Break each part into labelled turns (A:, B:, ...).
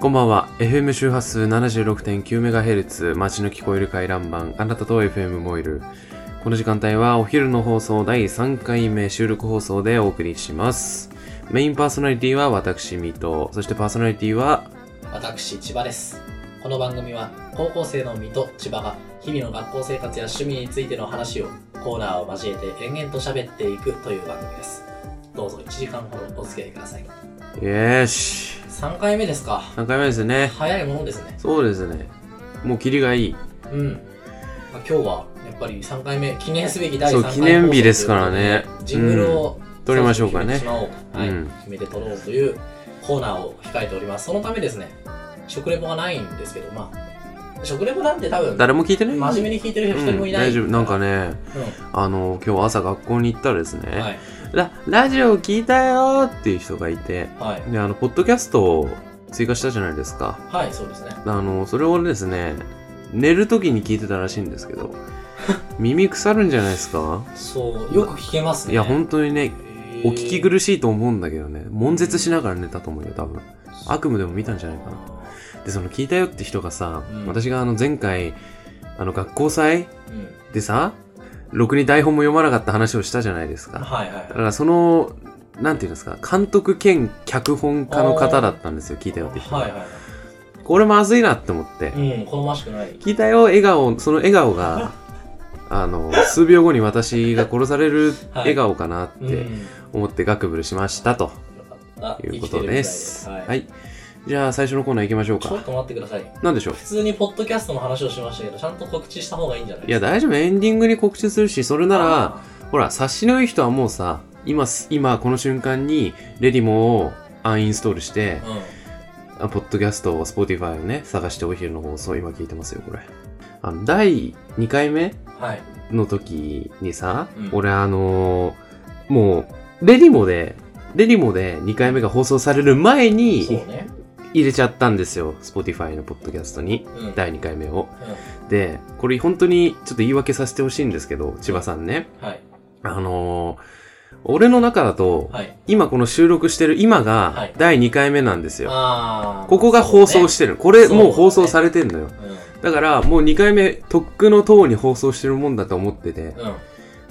A: こんばんは。FM 周波数 76.9MHz、街の聞こえる回覧板、あなたと FM モイル。この時間帯はお昼の放送第3回目収録放送でお送りします。メインパーソナリティは私、水戸。そしてパーソナリティは、
B: 私千葉ですこの番組は高校生の水戸千葉が日々の学校生活や趣味についての話をコーナーを交えて延々と喋っていくという番組ですどうぞ1時間ほどお付き合いください
A: よーし。
B: 3回目ですか
A: 3回目ですね。
B: 早いものですね
A: そうですね。もうキリがいい。
B: うん、まあ、今日はやっぱり3回目記念すべき第
A: そ
B: 3
A: う
B: 回
A: 記念日ですからね
B: 放送ということでジングルを、
A: 撮りましょうかね
B: 決めてしまおうはい、
A: うん
B: 決めて撮ろうというコーナーを控えておりますそのためですね食レポがないんですけどまあ食レポなんて多分
A: 誰も聞いてない
B: 真面目に聞いてる人一人もいない、
A: うん大丈夫。なんか
B: ね、
A: ね、あの、今日朝学校に行ったらです
B: うん、は
A: ね、
B: い
A: ララジオ聞いたよーっていう人がいて、
B: はい
A: で、あの、ポッドキャストを追加したじゃないですか。
B: はいそうですね
A: あの、それをですね、寝るときに聞いてたらしいんですけ ど、耳腐るんじゃないですか
B: そうよく聞けますね
A: いや、本当にね、
B: へー
A: お聞き苦しいと思うんだけどね、悶絶しながら寝たと思うよ、多分。悪夢でも見たんじゃないかな。で、その聞いたよって人がさ、
B: うん
A: 私があの前回、あの学校祭
B: うん
A: でさ、ろくに台本も読まなかった話をしたじゃないですか。
B: はいはい
A: だからその、なんていうんですか、監督兼脚本家の方だったんですよ、聞いたよって人が。
B: はいは
A: これまずいなって思って、
B: いうん好ましくない
A: 聞いたよ笑顔その笑顔 があの数秒後に私が殺される
B: はい
A: 笑顔かなっ
B: うんよ
A: て思ってガクブルしましたと
B: かった
A: いうこ
B: 生きてる
A: と
B: みたい
A: です、
B: はい、
A: はい、じゃあ最初のコーナー行きましょう
B: ちょっ
A: か
B: と待ってください
A: 何でしょう
B: 普通にポッドキャストの話をしましたけどちゃんと告知した方がいいんじゃない
A: い
B: で
A: や
B: すか
A: 大丈夫エンディングに告知するしそれなら
B: あ
A: ほら察しのいい人はもうさ今す今この瞬間にレディモをアンインストールして
B: ーうん
A: あポッドキャストを Spotify をね探してお昼の放送今聞いてますよこれあの第2回目
B: はい
A: の時にさ、
B: うん
A: 俺あのーもう、レディモで、レディモで2回目が放送される前
B: そう
A: に
B: ね
A: 入れちゃったんですよ。Spotify のポッドキャストに
B: う。ん
A: 第2回目を。
B: う
A: で、これ本当にちょっと言い訳させてほしいんですけど、千葉さんね。
B: んはい
A: あのー俺の中だと、
B: はい
A: 今この収録してる今
B: は
A: が
B: い
A: 第2回目なんですよ。
B: あー
A: ここが放送してる。これ
B: そうだね
A: もう放送されてんのよ。
B: そうね
A: だからもう2回目、とっくの塔に放送してるもんだと思ってて。
B: うんうん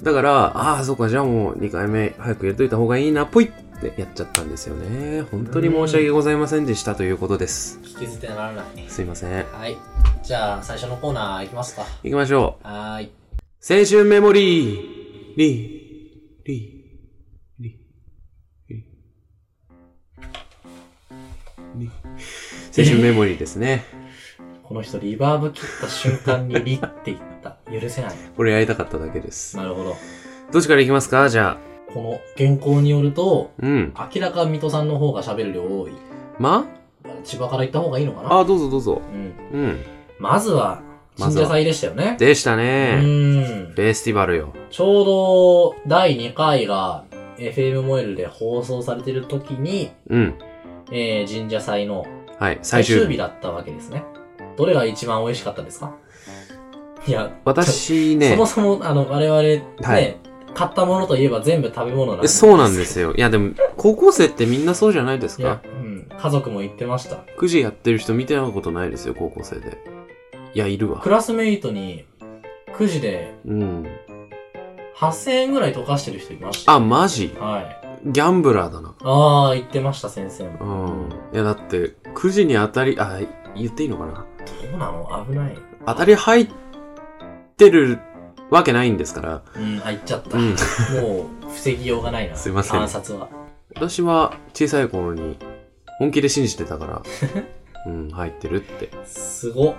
A: だから、ああ、そうか、じゃあもう2回目早く入れといた方がいいな、ぽいってやっちゃったんですよね。本当に申し訳ございませんでしたということです。
B: 聞き捨てならない
A: すいません。
B: はいじゃあ最初のコーナーいきますか
A: 行きましょう。
B: はーい
A: 青春メモリー。リー、リー、リー、リー。リー青春メモリーですね。
B: この人リバーブ切った瞬間にリって言った。 許せない。
A: これやりたかっただけです。
B: なるほど。
A: どっちから行きますかじゃあ。
B: この原稿によると、
A: うん。
B: 明らか水戸さんの方が喋る量多い。
A: ま
B: 千葉から行った方がいいのか
A: あ
B: な
A: あ、どうぞどうぞ。
B: うん。
A: うん。
B: まずは、
A: ま
B: 神
A: ずは
B: 社祭でしたよね。
A: でした
B: う
A: ね。
B: ー
A: フ
B: ん。
A: ェスティバルよ。
B: ちょうど、第2回が、FM モエルで放送されてる時に、
A: うん。
B: えー、神社祭の
A: はい、最
B: 最
A: 終
B: 終
A: 日
B: 日。だったわけですね。どれが一番美味しかったですかいや、
A: 私
B: そ
A: ね
B: も、そも、あの、我々、ね、
A: はい
B: 買ったものといえば全部食べ物なん
A: え
B: で。
A: そうなんですよ。いやでも、高校生ってみんなそうじゃないです
B: いや
A: か、
B: うん。家族も言ってました。
A: ?9 時やってる人見てたことないですよ、高校生で。いや、いるわ
B: ク。ラスメイトに、くじで
A: うん。
B: 8000円ぐらい溶かしてる人いました。
A: あ、マジ
B: はい。
A: ギャンブラーだな。
B: ああ、言ってました、先生
A: う
B: も。
A: ん。いや、だって、9時に当たり、あ、言っていいのかな
B: どうなの危ない。
A: 当たり入ってるわけないんですから、
B: うん、あ、言っちゃった。
A: うん
B: もう、防ぎようがない な。
A: すいません
B: 暗殺は。
A: 私は小さい頃に本気で信じてた から、うん、入ってるって。
B: すごっ。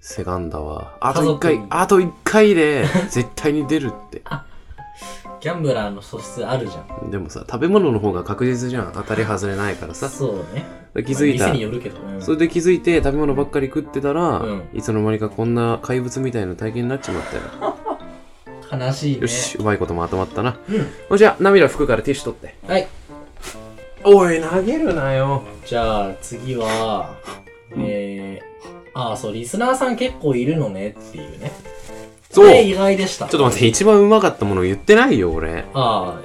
A: セガンダは、あと
B: 家
A: 一
B: 族に
A: 回、あと一回で絶対に出るって。
B: ギャンブラーの素質あるじゃん。
A: でもさ、食べ物の方が確実じゃん。当たり外れない からさ。
B: そうね。
A: 気づい
B: まあ
A: た
B: 店に。よるけど。うん
A: それで気づいて食べ物ばっかり食ってたら、
B: うん
A: いつの間にかこんな怪物みたいな体験になっちまったよ。
B: 悲しいね。
A: よし、うまいことまとまったな。
B: うん
A: ほんじゃあ、涙拭くからティッシュ取って。
B: はい。
A: おい、投げるなよ。
B: じゃあ次は、えー、ああ、そう、リスナーさん結構いるのねっていうね。
A: そう
B: これ意外でした。。
A: ちょっと待ってて、一番うまかったもの言ってないよ、俺。
B: あ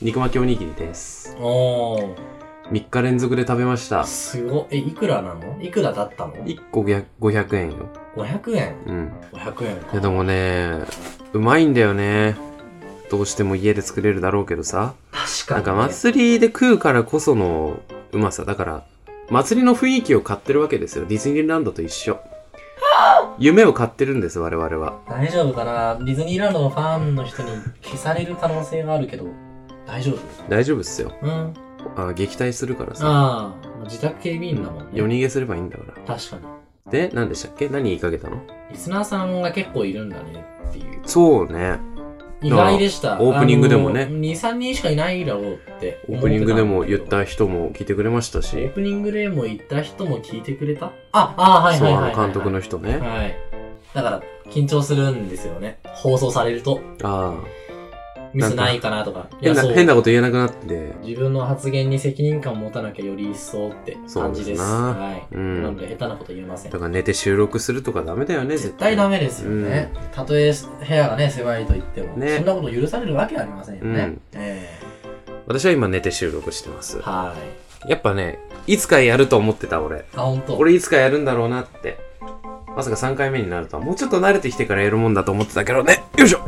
A: 肉巻きおにぎりです。
B: あ、おー。
A: 3日連続で食べました。
B: すごい。え、いくらなのいくらだったの
A: 1個500 500円よ。
B: ?500 円
A: うん。
B: ?500 円
A: い
B: か。
A: やでもね、うまいんだよね。どうしても家で作れるだろうけどさ。
B: 確か
A: な
B: に、
A: んか祭りで食うからこそのうまさ。だから、祭りの雰囲気を買ってるわけですよ。ディズニーランドと一緒。夢を買ってるんです、我々は。
B: 大丈夫かなディズニーランドのファンの人に消される可能性があるけど、大丈夫
A: 大丈夫っすよ。
B: うん。
A: あ撃退するからさ。
B: ああ、自宅警備員だもんね。
A: 夜逃げすればいいんだから。
B: 確かに。
A: で、何でしたっけ何言いかけたの
B: リスナーさんが結構いるんだねっていう。
A: そうね。
B: 意外でした。
A: オープニングでもね
B: あの2、3人しかいないだろうって
A: オ
B: 思
A: ープ
B: ってたんだけど
A: ニングでも言った人も聞いてくれました
B: オ
A: し
B: ー。プニングでも言った人も聞いてくれたあ、あはい
A: そ
B: は
A: う、
B: い
A: あ
B: はいはい、
A: の監督の人ね。
B: はい。だから、緊張するんですよね。放送されると。
A: ああ。
B: ミスないかなとか。い
A: 変な、
B: やそう
A: 変なこと言えなくなって。
B: 自分の発言に責任感を持たなきゃより一層って感じ
A: そうで
B: です。
A: すな
B: はい。
A: うん
B: なので、下手なこと言えません
A: だ。から寝て収録するとかダメだよね、
B: 絶対ダメですよね。たとえ部屋がね、狭いと言っても、
A: ね
B: そんなこと許されるわけありませんよね。
A: うん
B: え
A: 私は今寝て収録してます
B: え。はい。
A: やっぱね、いつかやると思ってた俺。
B: あ、本当。
A: 俺いつかやるんだろうなって。まさか3回目になるとは、もうちょっと慣れてきてからやるもんだと思ってたけどね。よいしょ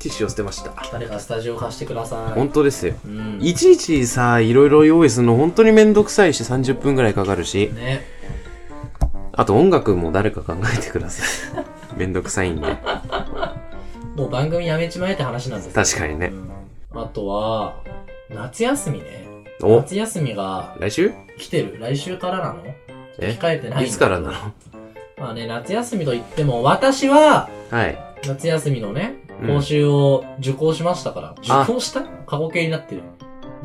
A: ティッシュを捨てました。
B: 誰かスタジオ貸してくださ
A: 本当ですよ。
B: い。うん。
A: いちいちさ、いろいろ用意するの本当にめんどくさいし、30分ぐらいかかるし。
B: ね。
A: あと音楽も誰か考えてくださ い。めんどくさいんで。
B: もう番組やめちまえって話なんです
A: 確かに
B: に
A: ね。
B: あとは、夏休みね。
A: お
B: 夏休みが
A: 来週
B: 来てる来週からなの
A: え
B: 控えてない
A: いつからなの
B: まあね、夏休みといっても、私は、
A: はい。
B: 夏休みのね、
A: うん
B: 講習を受講しましたか
A: あ
B: ら。受講した過去形になってる。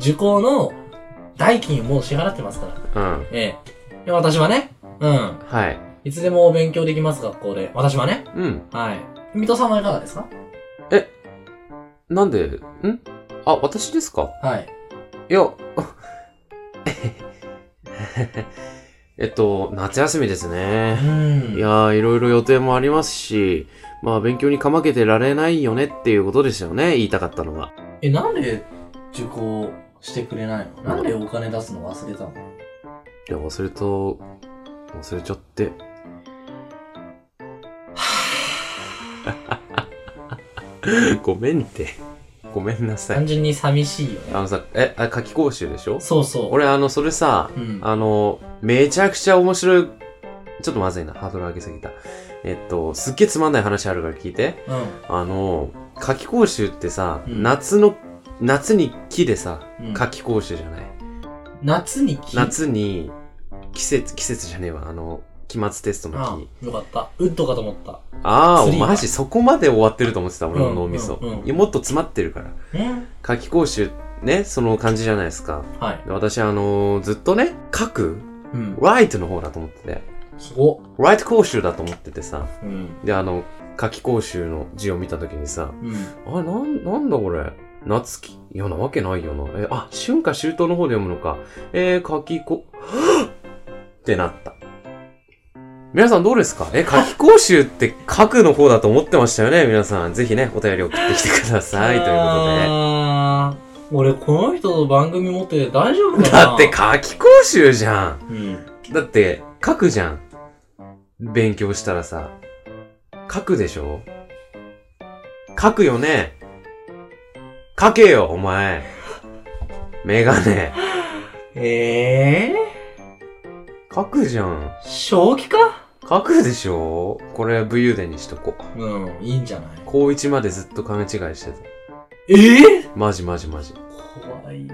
B: 受講の代金をもう支払ってますから。
A: うん。
B: ええ。で私はね、うん。
A: はい。
B: いつでも勉強できます、学校で。私はね。
A: うん。
B: はい。水戸さんはいかがですか
A: なんで、んあ、私ですか
B: はい。
A: いや、 えっと、夏休みです
B: う
A: ね。
B: ん。
A: いやー、いろいろ予定もありますし、まあ、勉強にかまけてられないよねっていうことですよね、言いたかったのは。
B: え、なんで受講してくれないのなんでお金出すの忘れたの
A: いや、忘れと、忘れちゃって。 ごめんって。ごめんなさい。
B: 単純に寂しいよ
A: あ
B: ね。
A: のさ、え、あ、夏期講習でしょ
B: そうそう。
A: 俺、あの、それさ、
B: うん。
A: あの、めちゃくちゃ面白い、ちょっとまずいな、ハードル上げすぎた。えっと、すっげえつまんない話あるから聞いて。あの、夏期講習ってさ、
B: うん
A: 夏の、夏に木でさ、
B: うん。
A: 夏期講習じゃない。
B: 夏に聞い
A: 夏に、季節、季節じゃねえわ、あの、期末テスト
B: あ
A: の木。
B: あよかった。ウッドかと思った。
A: あ
B: ス
A: ー、
B: リー
A: マジそこまで終わってると思ってた、俺の脳みそ。
B: うんうんうん
A: いやもっと詰まってるから。
B: うん
A: 夏期講習、ね、その感じじゃないですか。
B: はい。
A: で私、あのずっとね、書く、
B: うん。
A: ライトの方だと思ってて。
B: すごっ。
A: ライト講習だと思っててさ。
B: うん。
A: で、あの、夏季講習の字を見たときにさ、
B: うん。
A: あ、なん、なんだこれ。夏季いや、なわけないよな。え、あ、春夏秋冬の方で読むのか。えー、夏季こ、 ってなった。皆さんどうですかえ、夏季講習って書くの方だと思ってましたよね皆さん。ぜひね、お便り送ってきてくださ い。というこ
B: あー俺、この人と番組持ってて大丈夫
A: とで。
B: かな
A: だって、夏季講習じゃん。
B: うん。
A: だって、書くじゃん。勉強したらさ。書くでしょ書くよね。書けよ、お前。メガネ。
B: ええ
A: 書くじゃん。
B: ー、正気か
A: 書くでしょこれ、武勇伝にしとこう。
B: うん、いいんじゃない
A: 高一までずっと勘違いして
B: ええ
A: た。マジマジマジ。
B: 怖い。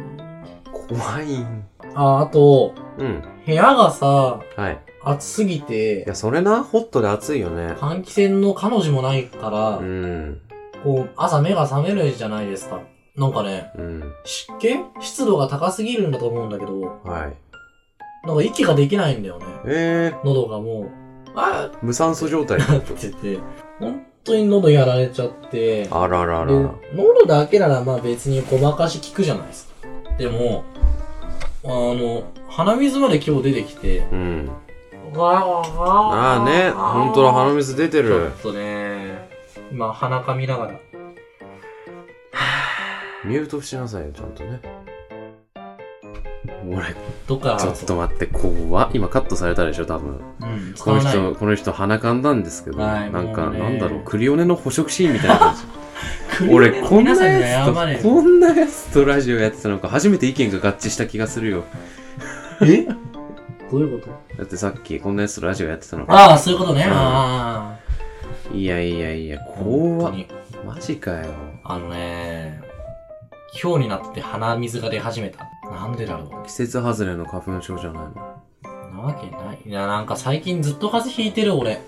A: 怖いん。
B: あ、あと、
A: うん。
B: 部屋がさ、
A: はい。
B: 暑すぎ
A: い
B: て
A: や、、それな、ホットで暑いよね。
B: 換気扇の彼女もないから、
A: うん。
B: こう、朝目が覚めるじゃないですか。なんかね、
A: うん。
B: 湿気湿度が高すぎるんだと思うんだけど、
A: はい。
B: なんか息ができないんだよね。
A: えー、
B: 喉がもう、あ
A: 無酸素状態。
B: ーって言って、本当に喉やられちゃって、で
A: あらららら。
B: 喉だけならまあ別にごまかし効くじゃないですか。でも、あの、鼻水まで今日出てきて、
A: うん。あ
B: あ
A: あね、本当だ、鼻水出て
B: ちょ
A: る
B: っ。とね、今鼻かみながら。
A: ミュートしなさいよ、ちゃんとね。もらえ
B: どっから
A: ちょ
B: 話
A: っ
B: そう
A: と待って、怖っ。今カットされたでしょ、多分。
B: うん、使
A: この
B: わない
A: 人、この人鼻かんだんですけど、
B: はい
A: なん
B: も
A: か、
B: うね
A: なんだろう、クリオネの捕食シーンみたいな 感じ。俺、
B: こ
A: こ
B: ん
A: ん
B: な
A: な
B: やつ
A: やつと、こんなやつとラジオやってたのか、初めて意見が合致した気がするよ。
B: えどういうこと
A: だってさっき、こんなやつとラジオやってたのか。
B: ああ、そういうことね。
A: うん
B: あ
A: いやいやいや、
B: あ。
A: 怖
B: 本当
A: っ。
B: に
A: マジかよ。
B: あのね、今日になって鼻水が出始めた。なんでだろ
A: 季節外れの花粉症じゃないの。
B: う。なわけない。いや、なんか最近ずっと風邪ひいてる俺。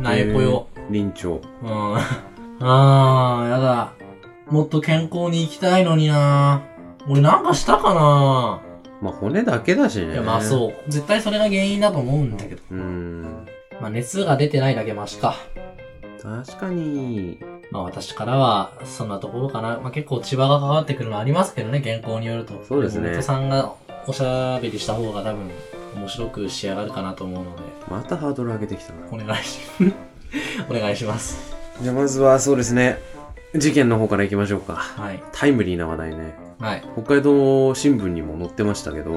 B: なえぽよ。
A: 臨調。
B: うん。 ああ、やだ。もっと健康に生きたいのにな俺なんかしたかな
A: まあ、骨だけだしね。
B: いや、まあそう。絶対それが原因だと思うんだけど。
A: う。うん。
B: まあ熱が出てないだけマシか。
A: 確かに、
B: まあ私からは、そんなところかな。まあ結構千葉が関わってくるのありますけどね、原稿によると。
A: そうですね
B: 妹さんがおしゃべりした方が多分、面白く仕上がるかなと思うので、
A: またハードル上げてきたな。
B: お願いし、 お願いします。
A: じゃあまずはそうですね事件の方からいきましょうか
B: はい。
A: タイムリーな話題ね
B: はい。
A: 北海道新聞にも載ってましたけど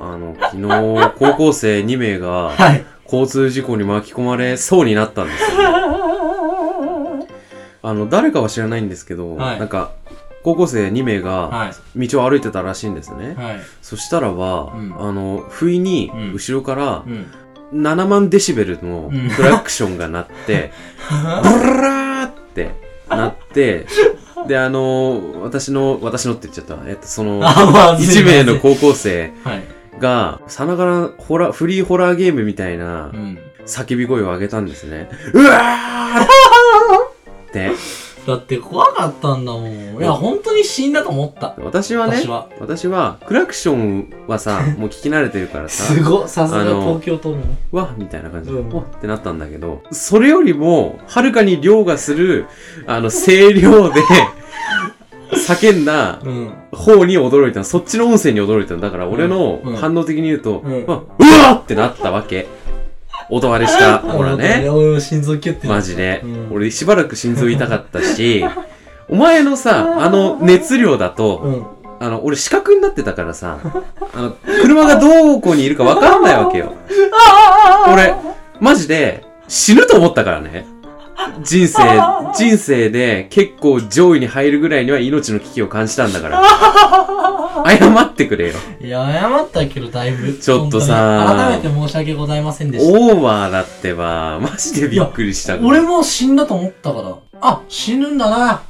A: あの昨日高校生2名が
B: はい。
A: 交通事故に巻き込まれそうになったんですよ あの誰かは知らないんですけど、
B: はい
A: なんか高校生2名が
B: はい。
A: 道を歩いてたらしいんですね、
B: はい。
A: そしたらば、
B: うん
A: あの不意に
B: うん
A: 後ろから
B: うん。
A: 7万デシベルの
B: うん
A: クラクションが鳴 って、ブラーってな って、で、あの、私の、私のって言っちゃった。えっと、そ の、
B: あ、まずい
A: 1名の。高校生
B: はい。
A: が、さながらホラ、フリーホラーゲームみたいな
B: うん。
A: 叫び声を上げたんですね。うわーって。
B: だって怖かったんだもん。いや、本当に死んだと思った。
A: 私はね
B: 私、は。
A: 私は、クラクションはさ、もう聞き慣れてるからさ、
B: すごい。さすが
A: あの
B: 東京都民。
A: うわみたいな感じで、
B: うん
A: うわってなったんだけど、それよりも、はるかに量がする、あの、声量 で、叫んだ
B: うん。
A: 方に驚いたの。そっちの音声に驚いたの。だから俺の
B: うんうん
A: 反応的に言うと、
B: うん
A: うわうわってなったわけ。音割れ した。ほらね。
B: 俺、心臓キュッてなっ
A: マ
B: た。
A: ジで
B: う。ん
A: 俺しばらく心臓痛かったし、お前のさ、あの熱量だと、
B: うん。
A: あの、俺視覚になってたからさ、あの、車がどこにいるかわかんないわけよ。俺、マジで死ぬと思ったからね。人生、人生で結構上位に入るぐらいには命の危機を感じたんだから。謝ってくれよ。
B: いや、謝ったけど、だいぶ。
A: ちょっとさ
B: 本当に改めて申し訳ございませんでし
A: オーバーだってば、マジでびっくりした
B: た。
A: から
B: 俺もう死んだと思ったから。あ、死ぬんだな。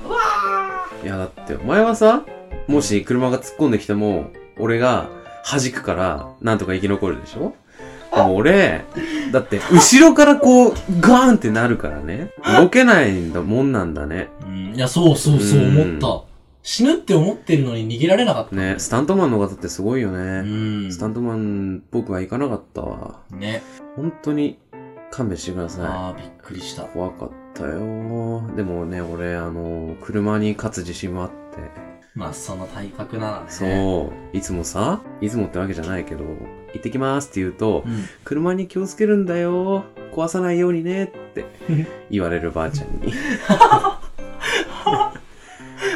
A: いやだって、お前はさ、もし車が突っ込んできても、俺が弾くから、なんとか生き残るでしょでも俺、だって、後ろからこう、ガーンってなるからね。動けないんだもんなんだね。
B: うん、いや、そうそうそう
A: うん
B: 思った。死ぬって思ってるのに逃げられなかった。
A: ね、スタントマンの方ってすごいよ
B: う
A: ね。
B: ん。
A: スタントマン、僕は行かなかったわ。
B: ね。
A: 本当に、勘弁してくださ
B: ああ、びっくりし
A: い
B: た。。
A: 怖かったよ。でもね、俺、あの、車に勝つ自信もあって。
B: まあ、その体格ならね。
A: そう。いつもさ、いつもってわけじゃないけど、行ってきますって言うと、
B: うん。
A: 車に気をつけるんだよ。壊さないようにね って言われるばあちゃんに。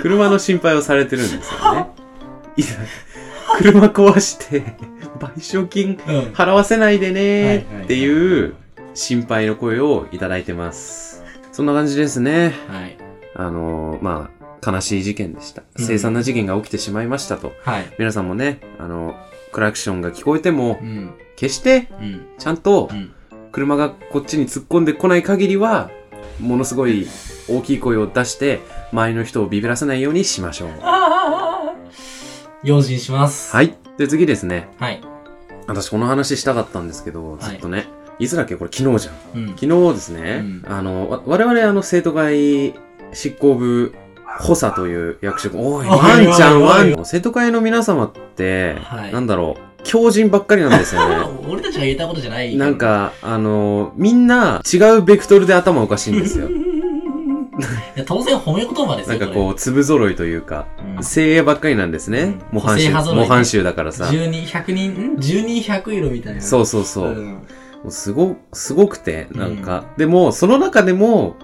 A: 車の心配をされてるんですよ ね。いや、車壊して賠償金
B: うん。
A: 払わせないでね
B: はいはい
A: っていう心配の声をいただいてます。そんな感じですね。
B: はい。
A: あのーまあ、悲しい事件でした。
B: うん
A: 凄惨な事件が起きてしまいましたと。
B: はい。
A: 皆さんもね、あの、クラクションが聞こえても
B: う、ん。
A: 決して、
B: うん。
A: ちゃんと
B: う、ん。
A: 車がこっちに突っ込んでこない限りは、ものすごい大きい声を出して、周りの人をビビらせないようにしましょう。
B: ああ 用心します。
A: はい。で、次ですね。
B: はい。
A: 私この話したかったんですけど、
B: い
A: ずっとね。い、つだっけこれ昨日じゃん。
B: うん。
A: 昨日ですね、
B: うん
A: あの、わ我々あの生徒会執行部補佐という役職、おい、
B: おい
A: ワンちゃん
B: おい
A: ワ
B: おい
A: ン生徒会の皆様って、
B: はい
A: なんだろう、狂人ばっかりなんです よね。
B: 俺たちが言えたことじゃないけど
A: なん、か、あの、みんな違うベクトルで頭おかしいんですよ。
B: いや当然褒め言葉で す
A: なん
B: よ
A: かこう、粒揃いというか、
B: これうん
A: 精鋭ばっかりなんですね。
B: うん
A: 模範
B: 個性
A: 集。
B: 派揃い
A: 模範集だからさ。
B: 10人、100人、ん ?10 人100色みたいな。
A: そうそうそう。
B: ん
A: もうすご、すごくて、なんか。でも、その中でも、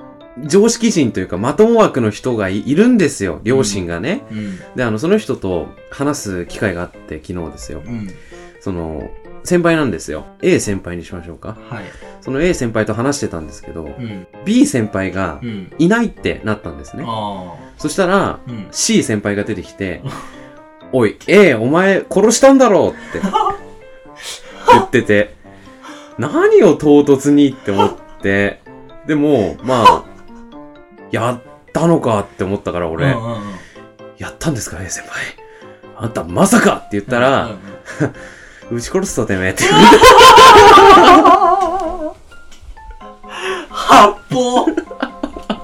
A: 常識人というか、まとも枠の人がいいるんですよ。両親がね。
B: うん。
A: で、あの、その人と話す機会があって、昨日ですよ。
B: うん。
A: その、先輩なんですよ。A 先輩にしましょうか。
B: はい。
A: その A 先輩と話してたんですけど
B: う、ん。
A: B 先輩が
B: うん。
A: いないってなったんですね。
B: あ
A: そしたら、
B: あ。うん。
A: C 先輩が出てきて、おい、A、お前殺したんだろう って言ってて、何を唐突にって思って、でも、まあ、やったのかって思ったから俺、
B: うんうんうん
A: やったんですか、A 先輩。あんたまさかって言った
B: うんう
A: ら、
B: ん
A: 撃ち殺すとてめえって。
B: 発砲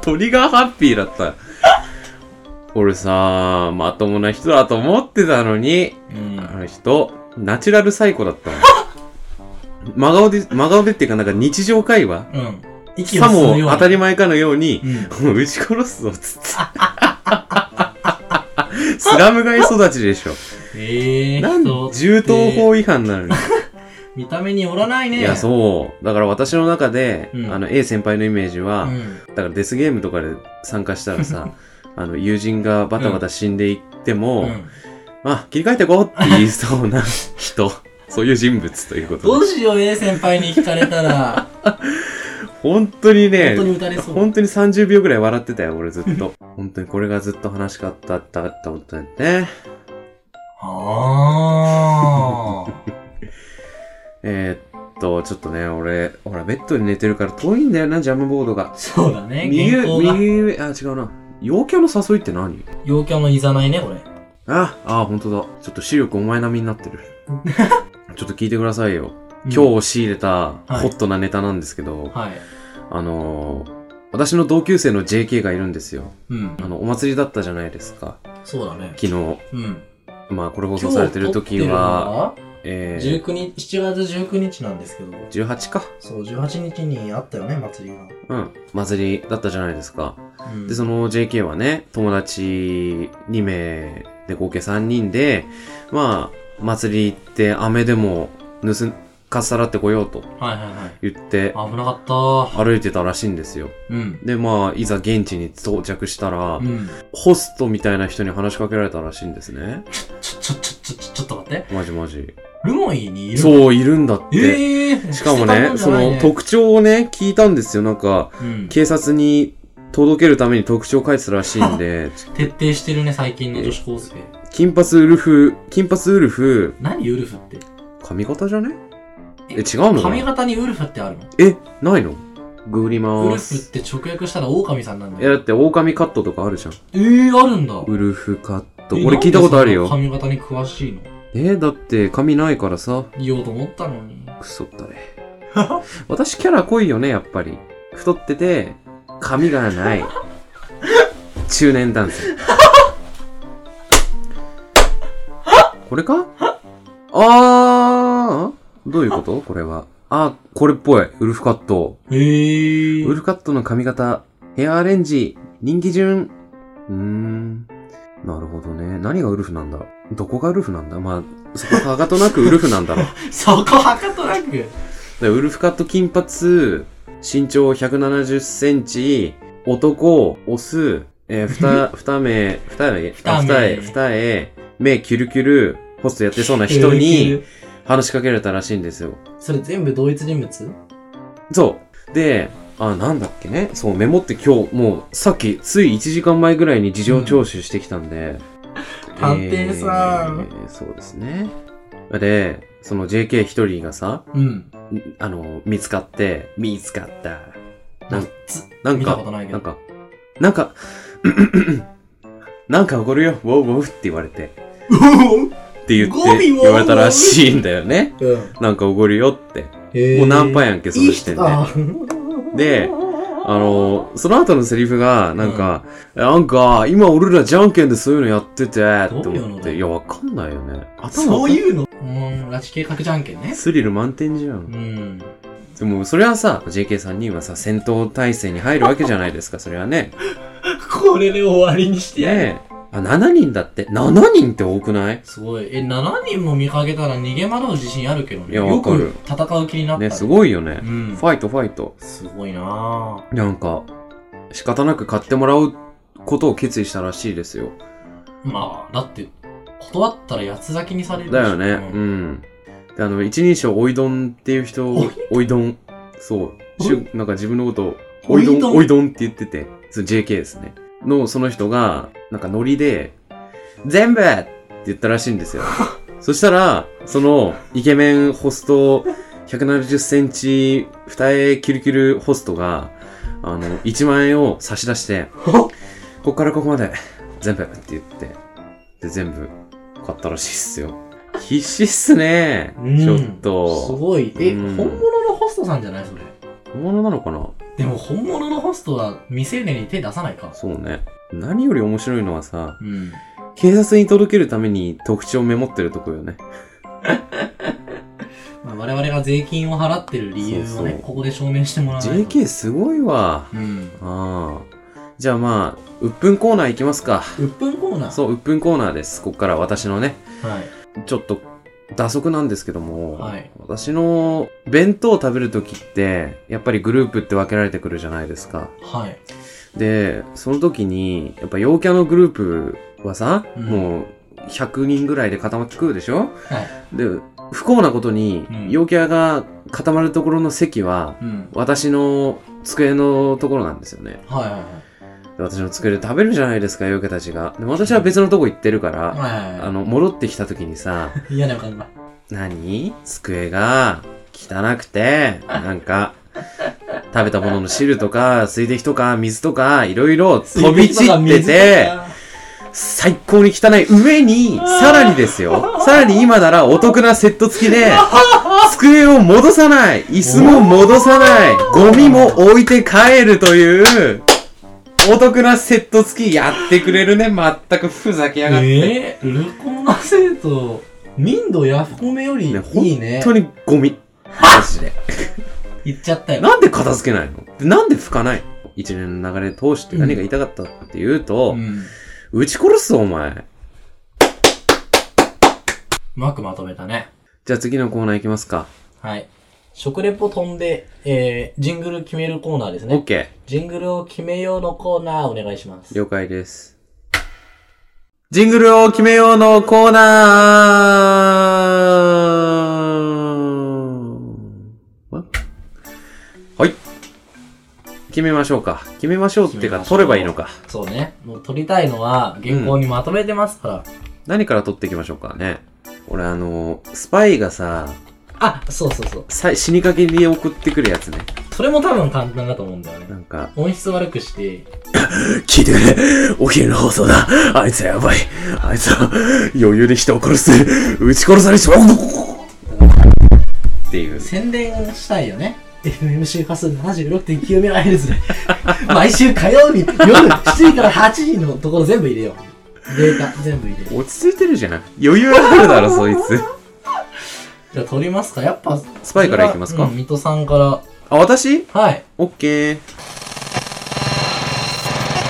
A: トリガーハッピーだった。俺さ、まともな人だと思ってたのに、
B: うん
A: あの人、ナチュラルサイコだったの。真顔で、真顔でっていうか、なんか日常会話
B: うん。息を
A: さ
B: 吸うよう
A: も
B: に
A: 当たり前かのように、
B: うん。
A: 撃ち殺すぞ、つって。スラム街育ちでしょ。
B: ええ
A: なん
B: 人って
A: 銃刀法違反なのに。
B: 見た目によらないね。
A: いや、そう。だから私の中で、
B: うん
A: あの、A 先輩のイメージは、
B: うん。
A: だからデスゲームとかで参加したらさ、 あの、友人がバタバタ死んでいっても、
B: うん。
A: まあ、切り替えてこうって言いそうな人、そういう人物ということ
B: ど
A: で。
B: うしよう、A 先輩に聞かれ たら、
A: 本当に
B: 本
A: ね
B: 当、に打たれそう。
A: 本当に30秒ぐらい笑ってたよ、俺ずっと。 本当にこれがずっと話しかったったって思ったんだよね。
B: あ あ。
A: えーっと、ちょっとね、俺、ほら、ベッドに寝てるから遠いんだよな、ジャムボードが。
B: そうだね。
A: 右、
B: 原稿が。
A: 右上、あ、違うな。陽キャの誘いって何
B: 陽キャのいざないね、これ。
A: あ、あ、本当だ。ちょっと視力お前並みになって る。ちょっと聞いてくださいよ。
B: 日。
A: 今日仕入れた
B: はい
A: ホットなネタなんですけど、
B: はい。
A: あのー私の同級生の JK がいるんですよ。
B: うん
A: あ。の、お祭りだったじゃないですか。
B: そうだね。
A: 昨日、
B: うん。
A: まあ、これ放
B: 今
A: 送
B: 日
A: されてる時は、
B: 撮ってる
A: え
B: の
A: ー、
B: は、19日、7月19日なんですけど、
A: 18か。
B: そう、18日にあったよね、祭りが。
A: うん。祭りだったじゃないですか。
B: うん
A: で、その JK はね、友達2名で合計3人で、まあ、祭り行って飴でも盗ん、かっさらってこようと
B: はいはいは
A: 言
B: い。
A: って、
B: 危なかっ
A: 歩いてたらしいんですよ。
B: た。うん。
A: で、まあ、いざ現地に到着したら、
B: うん。
A: ホストみたいな人に話しかけられたらしいんですね。
B: ちょ、ちょ、ちょ、ちょ、ちょちょっと待って。
A: マジマジ。
B: ルモイにいるう。
A: そう、いるんだって。
B: ええー、
A: しかも
B: 捨てた
A: ね
B: もんじゃ
A: そ
B: ない
A: の特徴をね、聞いたんですよ。なんか、
B: うん、徹
A: 警察に届けるために特徴書いてたらしいんで、
B: 底してるね、最近の女子高生。
A: 金髪ウルフ、金髪ウルフ、
B: 何ウルフって。
A: 髪型じゃねえ、
B: え
A: 違うのか
B: 髪
A: な
B: 型にウルフってあるの
A: え、ないのググりま
B: ウル
A: ー
B: フっ
A: す。
B: て直訳したら狼さんなん
A: い
B: だ
A: や、
B: よ。
A: だって、狼カットとかあるじゃん。
B: えー、あるんだ。
A: ウルフカット。
B: え
A: 俺聞いたことある
B: な
A: よ。
B: んでそんな髪型に詳しいの
A: えだって、髪ないからさ。
B: 言おうと思ったのに。
A: クソったれ。私キャラ濃いよね、やっぱり。太ってて、髪がない。中年男性。これかあー、どういうことこれは。あ、これっぽい。ウルフカット。
B: えー。
A: ウルフカットの髪型、ヘアアレンジ、人気順。うーん。なるほどね。何がウルフなんだどこがウルフなんだまあ、そこはがとなくウルフなんだろう。
B: そこはかとなく。
A: でウルフカット金髪、身長170センチ、男、オス、えー、ふた、ふた目、ふた目、あ
B: ふ
A: ふ
B: た
A: た
B: 目
A: 重、ふた重、目キュルキュル、ホストやってそうな人に。話しかけられたらしいんですよ。
B: それ全部同一人物
A: そう。で、あ、なんだっけね。そう、メモって今日、もう、さっき、つい1時間前ぐらいに事情聴取してきたんで。
B: 探偵さん
A: えーそうですね。で、その JK 一人がさ、
B: うん。
A: あの、見つかって、見つかった。なん
B: つ
A: なん
B: 見た
A: か
B: ことない、け
A: な
B: ど
A: んか、なんか、 なんか怒るよ、ウォウウォウって言われて、って言っ
B: 語尾ウォウウ
A: て、
B: ォウ
A: 言われたらしいんだよね。
B: うん。
A: なんか怒るよって。
B: えー
A: もうナンパやんけ、その時点で。
B: いい人
A: あ
B: あ
A: での、その後のセリフが、なんか、なんか、今俺らじゃんけんでそういうのやってて、って
B: どういうの
A: 思っ
B: だ
A: て、いや、わかんないよね。
B: そう
A: う
B: いうのうん、拉致計画じゃんけんね。
A: スリル満点じゃん
B: う。ん。
A: でも、それはさ、JK3 人はさ、戦闘態勢に入るわけじゃないですか、それはね。
B: これで終わりにしてやる。
A: ねえ。あ、7人だって。7人って多くない
B: すごい。え、7人も見かけたら逃げ惑う自信あるけどね。
A: いや
B: よ
A: わかる
B: く戦う気になった、
A: ね、すごいよね
B: う。ん
A: フ。ァイト、ファイト。
B: すごいな
A: なんか、仕方なく買ってもらうことを決意したらしいですよ。
B: まあ、だって、断ったら八つ咲きにされるでし
A: だ
B: ょ
A: よね。う。ん。で、あの、一人称、おいどんっていう人を、おいどん。そう。しゅなんか自分のことを、おいどん、お
B: お
A: い
B: い
A: どんって言ってて、そう JK ですね。の、その人が、なんかノリで、全部って言ったらしいんですよ。 そしたら、その、イケメンホスト、170センチ、二重キルキルホストが、あの、1万円を差し出 して、ここからここまで、全部って言って、で、全部買ったらしいっすよ。必死っすね。
B: うん
A: ちょっ
B: す
A: と。
B: ごい。え、
A: うん
B: 本物のホストさんじゃないそれ。
A: 本物なのかな
B: でも本物のホストは未成年に手出さないか。
A: そうね。何より面白いのはさ、
B: うん。
A: 警察に届けるために特徴をメモってるとこよね。
B: まあ、我々が税金を払ってる理由をね、
A: そうそう
B: ここで証明してもらわないと。
A: JK すごいわ。
B: うん。
A: ああ。じゃあまあ、うっぷんコーナー行きますか。
B: うっぷんコーナー。
A: そう、うっぷんコーナーです。こっから私のね、
B: はい。
A: ちょっと、打足なんですけども、
B: はい
A: 私の弁当を食べるときって、やっぱりグループって分けられてくるじゃないですか。
B: はい。
A: で、その時に、やっぱ陽キャのグループはさ、
B: うん
A: もう100人ぐらいで固まってくるでしょ
B: はい。
A: で、不幸なことに、
B: うん
A: 陽キャが固まるところの席は、
B: うん。
A: 私の机のところなんですよね。
B: はいはいはい。
A: で私の机で食べるじゃないですか、陽キャたちが。でも私は別のとこ行ってるから、
B: はいはいはい。
A: あの、戻ってきた時にさ、
B: 嫌な予感が。
A: 何机が汚くて、なんか、食べたものの汁とか、水滴とか、水とか、いろいろ飛び散ってて、最高に汚い上に、さらにですよ。さらに今ならお得なセット付きで、机を戻さない、椅子も戻さない、ゴミも置いて帰るという、お得なセット付きやってくれるね。全くふざけやがって。
B: えー、ルコナ生徒、民度ヤフコメより
A: ね
B: いいね。
A: 本当にゴミ。マジで。
B: 言っちゃったよ。
A: なんで片付けないのでなんで拭かないの一年の流れ通して何が言いたかったかっていうと
B: う、ん。
A: 撃ち殺すぞ、お前。
B: うまくまとめたね。
A: じゃあ次のコーナー行きますか。
B: はい。食レポ飛んで、えー、ジングル決めるコーナーですね。
A: OK。
B: ジングルを決めようのコーナーお願いします。
A: 了解です。ジングルを決めようのコーナーわはい。決めましょうか。決めましょうっていうか、
B: 決めましょう
A: 取ればいいのか。
B: そうね。もう撮りたいのは原稿にまとめてますから。
A: 何から取っていきましょうかね。俺あの、スパイがさ、
B: あ、そうそうそう。
A: さ死にかけに送ってくるやつね。
B: それも多分簡単だと思うんだよね。
A: なんか、
B: 音質悪くして、
A: 聞いてくれお昼の放送だあいつはやばいあいつは余裕で人を殺す撃ち殺されちまうっていう。
B: 宣伝したいよね。FMC カス76.9メガヘルツで、 毎週火曜日夜7時から8時のところ全部入れよう。データ全部入れよう。
A: 落ち着いてるじゃん。余裕あるだろ、そいつ。
B: じゃあ撮りますかやっぱ、
A: スパイからいきますか
B: うん、水戸さんから。
A: あ、私
B: はい。
A: オッケー。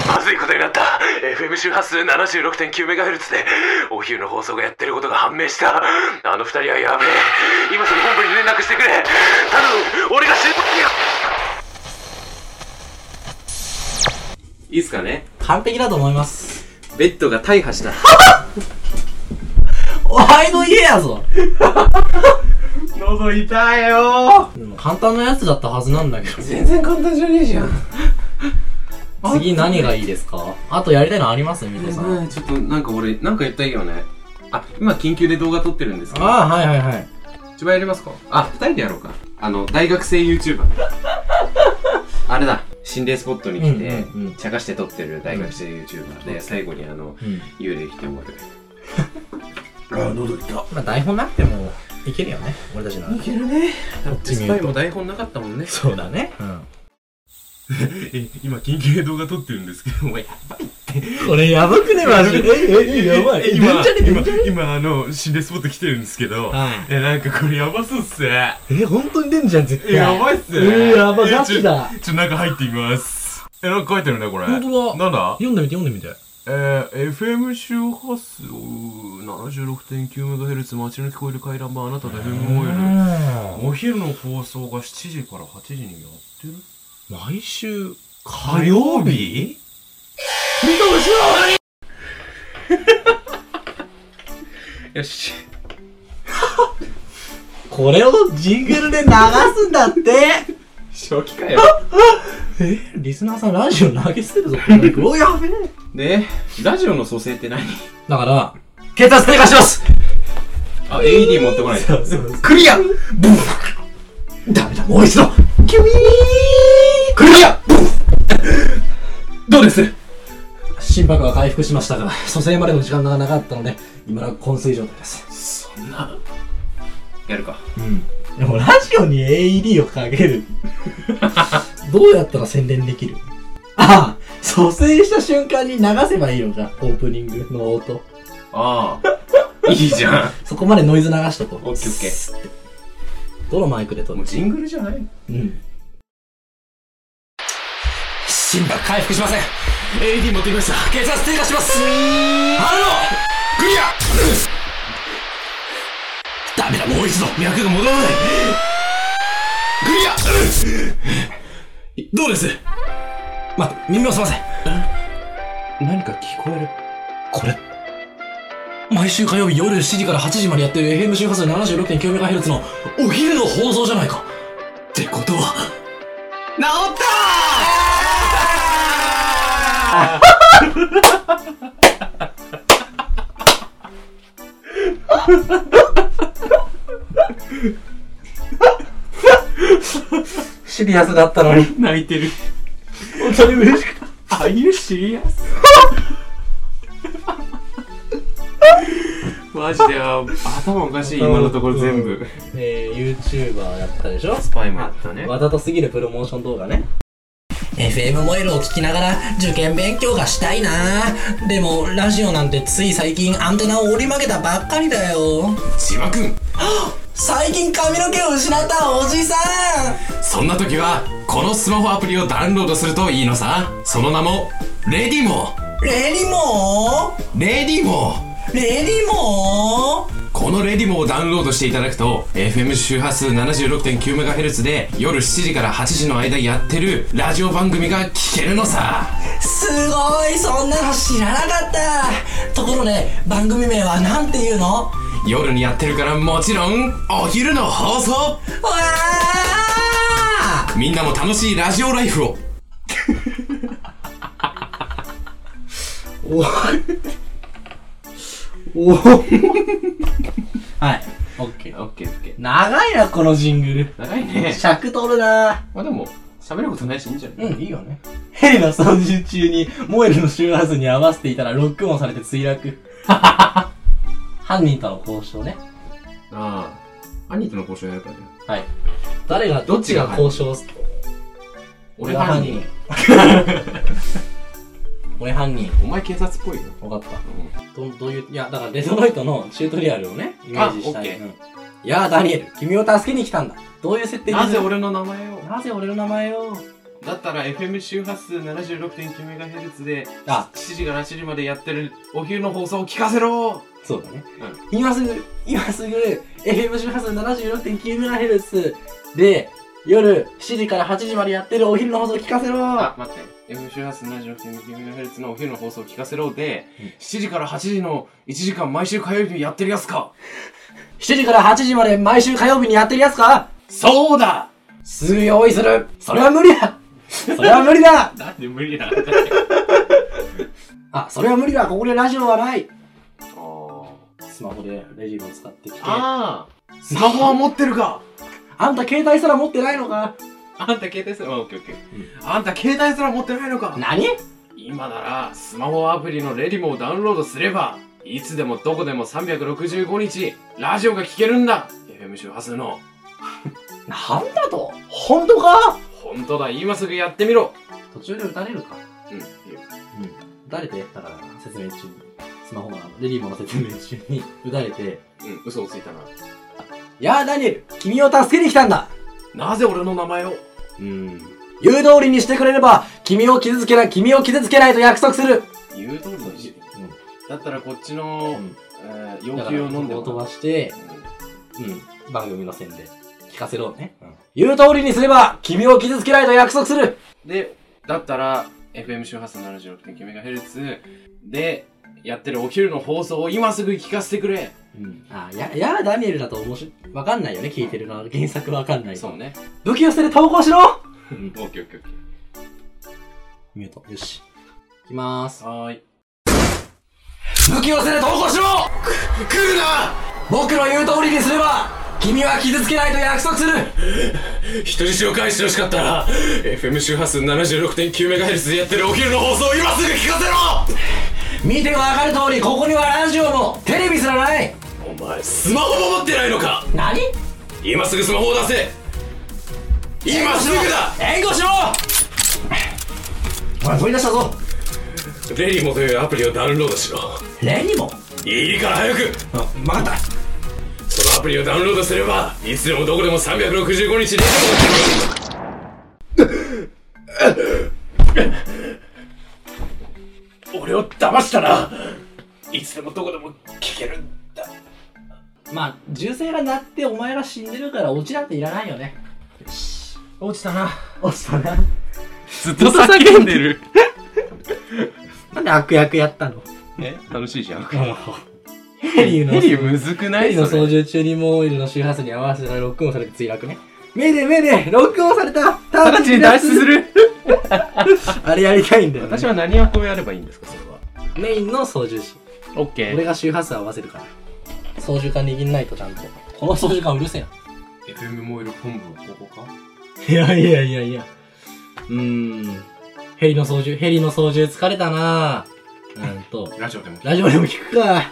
C: まずいことになった FM 周波数 76.9MHz でお昼の放送がやってることが判明したあの二人はやべえ今すぐ本部に連絡してくれ頼む俺が死ぬ
A: いいっすかね
B: 完璧だと思います。
A: ベッドが大破した。
B: お前の家やぞ
A: 喉痛いよ
B: でも簡単なやつだったはずなんだけど。
A: 全然簡単じゃねえじゃん。
B: 次何がいいですかあとやりたいのあります水戸さん。あ
A: ちょっとなんか俺、なんか言ったいよね。あ、今緊急で動画撮ってるんですけど。
B: あー、はいはいはい。
A: 一番やりますかあ、二人でやろうか。あの、大学生 YouTuber。あれだ、心霊スポットに来て、
B: うんうんうん
A: 茶化して撮ってる大学生 YouTuber で、最後にあの、
B: うん。
A: 幽霊来て終わる。あー、喉痛
B: まあ台本なくてもいけるよね。俺たちなら
A: い。けるね。だっ
B: こって
A: て
B: ち見
A: ス
B: ると
A: パイも台本なかったもんね。
B: そうだね。うん。
C: え今緊急で動画撮ってるんですけどお前
B: これやばくねマジで。え、え、やばい。
C: 今
B: なんじゃねえ
C: 今今あの心霊スポット来てるんですけど
B: はい
C: えなんかこれやばそうっすね
B: え、本当に出んじゃん、絶
C: え
B: 対。
C: やばいっすね
B: えーやば
C: え
B: いガチだ
C: ちょちょ中入ってみますえなんか書いてるねこれ
B: 本当だ
C: なんだ
B: 読んでみて、読んでみて。
C: えー、FM 周波数 76.9MHz 街の聞こえる回覧板あなたと FM オイルお昼の放送が7時から8時にやってる
B: 毎週、
D: 火曜日
B: 見としろ
A: よし。
B: これをジングルで流すんだって
A: 正気かよ。
B: えリスナーさんラジオ投げ捨てるぞ。うわ、やべえ。
A: で、ラジオの蘇生って何
B: だから、血圧低下します
A: あ、AED 持ってこないと。
B: クリアブンダメだ、もう一度キュイークリアブン
A: どうです
B: 心拍は回復しましたが、蘇生までの時間が長かったので、今のは昏睡状態です。
A: そんな。やるか。
B: うん。でもラジオに AED をかける。どうやったら宣伝できるああ、蘇生した瞬間に流せばいいのか、オープニングの音。
A: ああ。いいじゃん。
B: そこまでノイズ流しとこう。
A: オッケーオッケー
B: どのマイクで撮
A: も
B: る
A: うジングルじゃない
B: うん。心拍回復しません。AD 持ってきました。血圧低下します。ハロークリアダメだ、もう一度脈が戻らないクリアどうです待って、耳をすません。
A: 何か聞こえる。
B: これ。毎週火曜日夜7時から8時までやってる FM 周波数 76.9MHz のお昼の放送じゃないか。ってことは、治ったー シリアスだったのに。
A: 泣いてる。
B: 本当に嬉しかっ
A: あ、ゆし やす。マジであ頭おかしい今のところ全部
B: た。えー、YouTuber やったでしょ
A: スパイもやったね
B: わざとすぎるプロモーション動画ね FM モエルを聞きながら受験勉強がしたいなでもラジオなんてつい最近アンテナを折り曲げたばっかりだよ
D: 千葉くん
B: 最近髪の毛を失ったおじさ
D: そんな時はこのスマホアプリをダウンロードするといいのさその名もレディモ
B: んレディモ
D: レディモ
B: ーレディモー
D: このレディモをダウンロードしていただくと FM 周波数 76.9MHz で夜7時から8時の間やってるラジオ番組が聞けるのさ
B: すごいそんなの知らなかったところで番組名は何て言うのわ
D: 夜にやってるからもちろんお昼の放送
B: あ
D: みんなも楽しいラジオライフを
B: おおはいオッケー
A: オッケーオッケー
B: 長いなこのジングル
A: 長いね
B: 尺取るな
A: まあでも喋ることないしいいんじゃない
B: うん、いいよね。ヘリの操縦中に、モエルの周波数に合わせていたらロックオンされて墜 落。犯人との交渉ね。
A: ああ兄との交渉やるからね
B: はい。誰が、どっちが交渉す
A: 俺犯人。
B: 俺犯人。
A: お前警察っぽいよ
B: わかった。ど、どういう、いや、だからデトロイトのチュートリアルをね、イメージし
A: あ
B: たい。
A: オッケ
B: うんいやー、ダニエル、君を助けに来たんだ。どういう設定に
A: なぜ
B: する
A: 俺の名前を
B: なぜ俺の名前を。
A: だったら FM 周波数 76.9MHz で
B: あ
A: 7時から8時までやってるお昼の放送を聞かせろ
B: そうだね。今すぐ、今すぐ、FM 周波数 76.9MHz で、夜7時から8時までやってるお昼の放送聞かせろ
A: あ待って FM 周波数 76.9MHz のお昼の放送を聞かせろで、
B: うん
A: 7時から8時の1時間毎週火曜日にやってるやつか
B: !7 時から8時まで毎週火曜日にやってるやつか
A: そうだ
B: すぐ用意するそれは無理 だそれは無理だ
A: だって無理だ
B: あ、それは無理だここでラジオはない
A: あ
B: スマホでレジを使ってきて。あ
A: あースマホは持ってるか
B: んた携帯すら持ってないのか
A: あんた携帯すら、あオッケーオッケー、あんた携帯すら持ってないのか
B: 何
A: 今ならスマホアプリのレディモをダウンロードすればいつでもどこでも365日ラジオが聴けるんだ FM 周波数の
B: なんだと本当か
A: 本当だ今すぐやってみろ
B: 途中で打たれるか
A: うんいいよ
B: 打たれて、だから説明中に、スマホのあのレディモの説明中に打たれて、
A: うん嘘をついたな
B: やあ、ダニエル君を助けに来たんだ
A: なぜ俺の名前を
B: うん。言う通りにしてくれれば、君を傷つけない、君を傷つけないと約束する
A: 言う通りにし
B: うん
A: だったらこっちの、
B: うん
A: えー要求を飲んで
B: だから
A: も
B: 飛
A: らう
B: ばして、
A: う
B: うん。番組の宣伝。聞かせろね。言う通りにすれば、君を傷つけないと約束する
A: んでだったら、FM 周波数 76.9MHz でやってるお昼の放送を今すぐ聞かせてくれ
B: うん。あ、や、やダニエルだと面白い。わかんないよね、聞いてるのは。原作わかんない。
A: そうね。
B: 武器を捨ててタバコをしろ
A: オッケーオッケーオッケ
B: ミュート。よし。いきまーす
A: ー。。はーい。
B: 武器を捨てて投稿しろ
D: 来るな
B: 僕の言う通りにすれば、君は傷つけないと約束する
D: 人質を返してほしかったら FM 周波数 76.9MHz でやってるお昼の放送を今すぐ聞かせ
B: 見てわかる通り、ここにはラジオも、テレビすらない
D: ろお前スマホも持ってないのか
B: 何
D: 今すぐスマホを出せ今すぐだ
B: 援護しろほら、取り出したぞ
D: レリモというアプリをダウンロードしろ
B: レニも
D: いいから早く
B: あ、わかった
D: そのアプリをダウンロードすればいつでもどこでも365日レジも
C: 俺を騙したないつでもどこでも聞けるんだ
B: まあ、銃声が鳴ってお前が死んでるから落ちなんていらないよね。
A: 落ちたな。
B: 落ちたな。
A: ずっと叫んでる。
B: なんで悪役やったの
A: え楽しいじゃん。
B: ヘリの、ヘリ
A: むずくな
B: の
A: それ
B: 操縦中にモーイルの周波数に合わせたロックオンされて墜落ね。めでめでロックオンされた直ちに
A: る。
B: あれやりたいんだよ、ね。
A: 私は何役をやればいいんですか、それは。
B: メインの操縦士。
A: オッケ
B: 俺。が周波数合わせるから。操縦桿握んないとちゃんと。この操縦桿うるせえな。
A: FM モイル本部はここか
B: いやいやいやいや。うーん。ヘリの操縦、ヘリの操縦疲れたなぁ。うんと、
A: ラジオでも。
B: ラジオでも聞くか。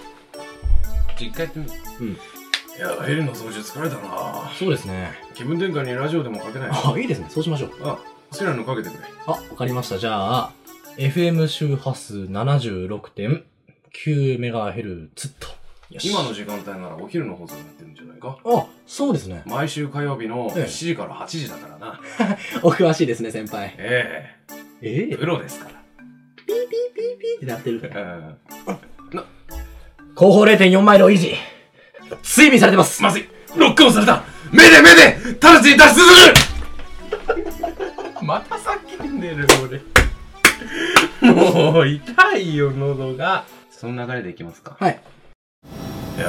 A: 実家やってみる。
D: いやヘリの操縦疲れたな
B: そうですね。
D: 気分転換にラジオでもかけない
B: あ、いいですね。そうしましょう。
D: あ好きなのかけてくれ
B: あ、わかりました。じゃあ、FM 周波数 76.9MHz と。よし
D: 今の時間帯ならお昼の放送になってるんじゃないか
B: あ、そうですね。
D: 毎週火曜日の
B: ええ
D: 7時から8時だからな
B: お詳しいですね、先輩。
D: え
B: え
D: えプロですから
B: ってなってる。
D: うん
B: 後方0.4マイルを維持。追尾されてます。
D: まずいロックオンされた目で目で直ちに脱出する
A: また叫んでる、俺。もう、痛いよ、喉が。その流れでいきますか。
B: はい。
D: いや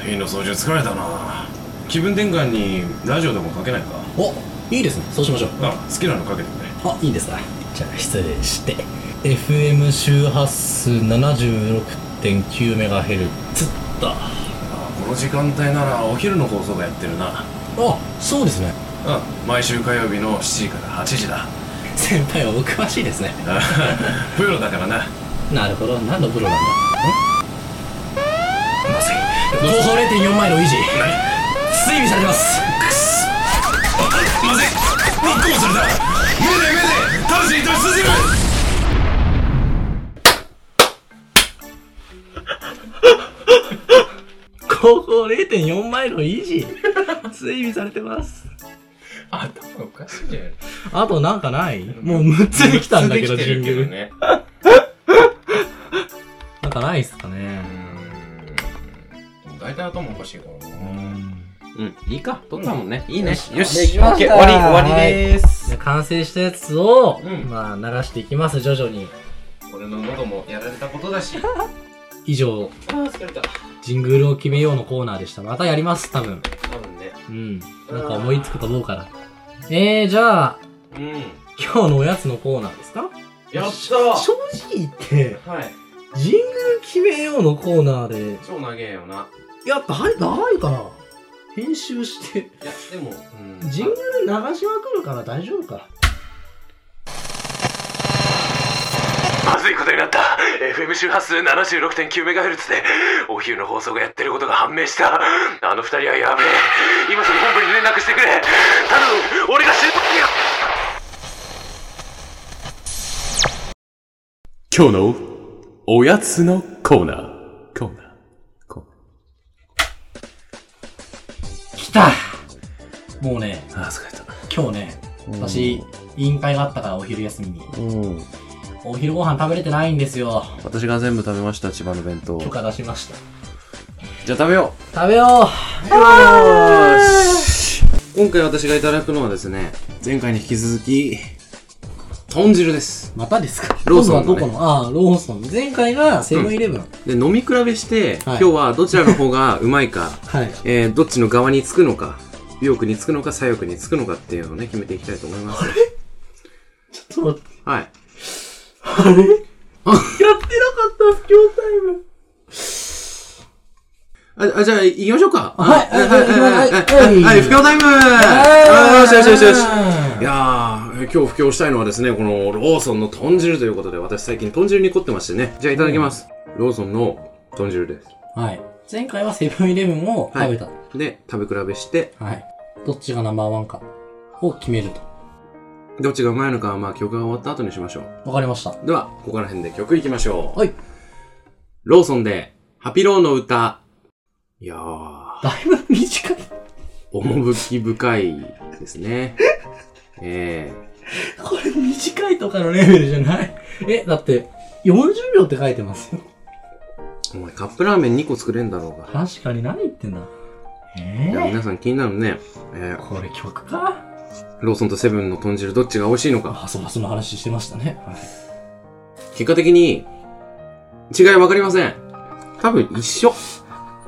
D: ーヘリの操縦疲れたな気分転換にラジオでもかけないか
B: お、いいですね。そうしましょう。
D: あ好きなのかけてくれ
B: あ、いいですか。じゃあ、失礼して。FM 周波数 76.9MHz だ。
D: あこの時間帯ならお昼の放送がやってるな
B: あ、そうですね。
D: うん毎週火曜日の7時から8時だ
B: 先輩はお詳しいですね。
D: あプロだからな
B: なるほど。何のプロなんだ。
D: まずい
B: 後方0.4マイルを維持。追尾されてます。
D: まずいロックオンされた目で目で直ちに脱出する
B: 後方0.4マイルを維持。追尾されてます。
A: 頭おかしいじゃない
B: あとなんかないもう6つできたんだけど、
A: できてる
B: 順
A: けど
B: 流。
A: ね。
B: なんかないっすかね。
A: うーん。大体頭おかしいから
B: う
A: な。
B: ん
A: うん、いいか。取ったもんね。いいね。
B: よ
A: よ
B: し
A: し。
B: できました
A: OK 終わり、終わりでーす。
B: で完成したやつを、
A: うん
B: まあ流していきます、徐々に。
A: 俺の喉もやられたことだし。あ
B: 以上、
A: ー、疲れた。
B: ジングルを決めようのコーナーでした。またやります、多分。
A: 多分ね。
B: うん。なんか思いつくと思うから。えー、じゃあ、
A: うん。
B: 今日のおやつのコーナーですか
A: やっ
B: 正直言って、
A: たはい。
B: ジングル決めようのコーナーで、
A: 超長えよな。
B: いや、だい、長いかな編集して、
A: いや、でも、うん。
B: ジングル流しまくるから大丈夫か。
C: まずいことになった FM 周波数 76.9MHz でお昼の放送がやってることが判明したあの二人はやべえ今すぐ本部に連絡してくれ頼む俺が死ぬ
E: 今日のおやつのコーナー。コーナー。コー
B: 来たもうね、
E: ナー。あ、疲れた。
B: 今日ね、私、委員会があったからお昼休みに。
A: うん。
B: お昼ご飯食べれてないんですよ。
A: 私が全部食べました、千葉の弁当。
B: 許可出しました。
A: じゃあ食べよ
B: 食べよ
A: う今回私がいただくのはですね、前回に引き続き、豚汁です。
B: またですか
A: ローソンの
B: 今
A: ね
B: 度はどこのああ、ローソン。前回がセブンイレブン。
A: で、飲み比べして、
B: は
A: 今
B: い
A: 日はどちらの方がうまいか、
B: はい。
A: えー、どっちの側につくのか、右翼につくのか、左翼につくのかっていうのをね、決めていきたいと思います。
B: ちょっと待って、
A: はい。
B: やってなかった、不況タイム。
A: あ、あじゃあ、行きましょうか。
B: はい
A: はい、はい、はい、
B: はい
A: はい、はい、不況タイム
B: はい
A: よしよしよしよし。いやー、今日布教したいのはですね、このローソンの豚汁ということで、私最近豚汁に凝ってましてね。じゃあいただきます。ローソンの豚汁です。
B: はい。前回はセブンイレブンを食べた。は
A: で、食べ比べして、
B: い。どっちがナンバーワンかを決めると。
A: どっちがうまいのかは、まあ曲が終わった後にしましょう。
B: わかりました。
A: では、ここら辺で曲いきましょう。
B: はい。
A: ローソンで、ハピローの歌。いやー、
B: だいぶ短い。
A: 趣深いですね。え
B: これ短いとかのレベルじゃない。え、だって、40秒って書いてますよ。
A: えお前カップラーメン2個作れんだろうが。
B: 確かに何言ってんだ。え
A: いや、皆さん気になるね。えー、
B: これ曲か
A: ローソンとセブンの豚汁どっちが美味しいのか。
B: あ、そう、その話してましたね。はい。
A: 結果的に、違いわかりません。多分一緒。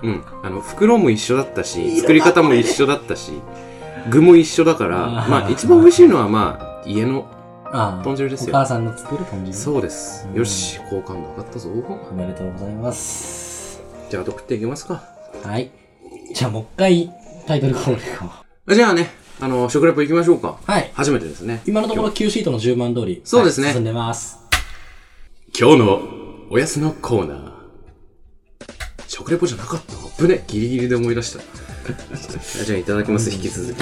A: うん。あの、袋も一緒だった
B: いい
A: し、
B: な
A: 作り方も一緒だったし、具も一緒だから、
B: あー
A: まあ一番美味しいのはまあ、家の
B: あ
A: 豚汁です
B: お
A: よ。
B: 母さんの作る豚汁。
A: そうです
B: う。ん
A: よし、好感度上がったぞ。
B: おめでとうございます。
A: じゃあ、ど食っていきますか。
B: はい。じゃあもう一回、タイトルコールかも。
A: じゃあね、あの、食レポ行きましょうか。
B: はい。
A: 初めてですね。
B: 今のところ9シートの10番通り。
A: そうですね
B: はい進んでます。
A: 今日のおやつのコーナー。食レポじゃなかったぶね。ギリギリで思い出した。 じゃあいただきます、引き続き。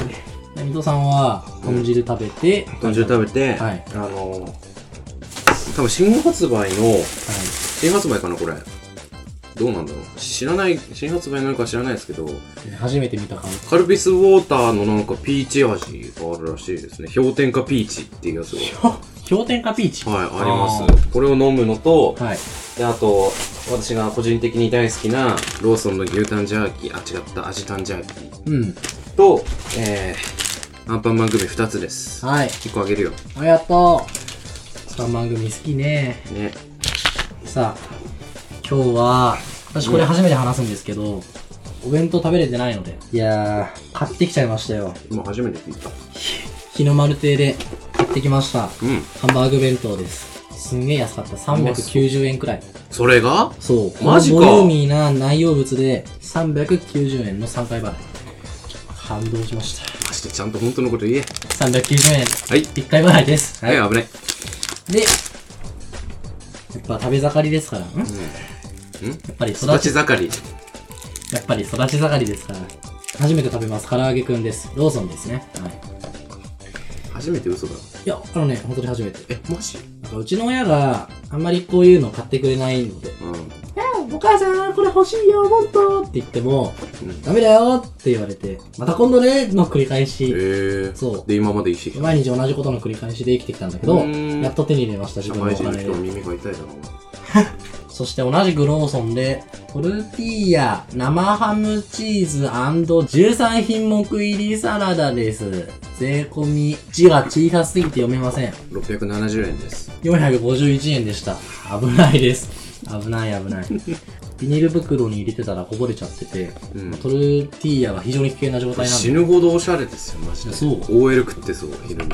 B: 水戸さんは、豚汁食べて、
A: 豚汁食べて、
B: はい
A: あの多分新発売の、
B: は
A: 新発売かな、これ。どうなんだろう。知らない、新発売なのか知らないですけど、
B: い。初めて見た感じ。
A: カルピスウォーターのなんかピーチ味があるらしいですね。氷点下ピーチっていうやつが。
B: 氷点下ピーチ。
A: はい、あります。これを飲むのと、
B: はい。
A: であと私が個人的に大好きなローソンの牛タンジャーキーあ違った味タンジャーキー
B: うん。
A: とえー、アンパンマン組2つです
B: はい。
A: 1個あげるよ
B: ありがとう。3番組好きね。
A: ね
B: さあ、今日は、私これ初めて話すんですけど、お弁当食べれてないので。いやー、買ってきちゃいましたよ。
A: 今初めて聞いた
B: 日の丸亭で買ってきました。
A: うん
B: ハンバーグ弁当です。すんげえ安かった。390円くらい。
A: それが
B: そう。
A: マジか
B: ボリューミーな内容物で、390円の3回払い。感動しまし
A: ましてちゃんと本当のこと言え
B: た。390円、
A: はい
B: 1回払いです。
A: はい、危ない
B: で、やっぱ食べ盛りですから。ん
A: ん
B: やっぱり育
A: 育
B: ち
A: ち、盛り
B: やっぱり育ち盛りですから。初めて食べます。唐揚げくんです。ローソンですね。はい。
A: 初めて嘘だ
B: いや、あのね、本当に初めて。
A: えマジ
B: なんかうちの親があんまりこういうの買ってくれないので、
A: うん
B: お母さん、これ欲しいよ、もっとって言っても、
A: うん
B: ダメだよって言われて、また今度ね、の繰り返し。
A: えー、
B: そう
A: で今まで石
B: 毎日同じことの繰り返しで生きてきたんだけど
A: うーん
B: やっと手に入れました自
A: 社
B: 分の
A: 会
B: お
A: 人の人
B: 金
A: は
B: で
A: 耳が痛いだろうな
B: そして同じくローソンでトルティーヤ生ハムチーズ &13 品目入りサラダです税込み字が小さすぎて読めません
A: 670円です
B: 451円でした危ないです危ない 危ないビニール袋に入れてたらこぼれちゃってて、
A: うん
B: トルティーヤが非常に危険な状態なん
A: 死
B: で
A: ぬほどおしゃれですよマジで
B: そう
A: OL 食ってそう昼に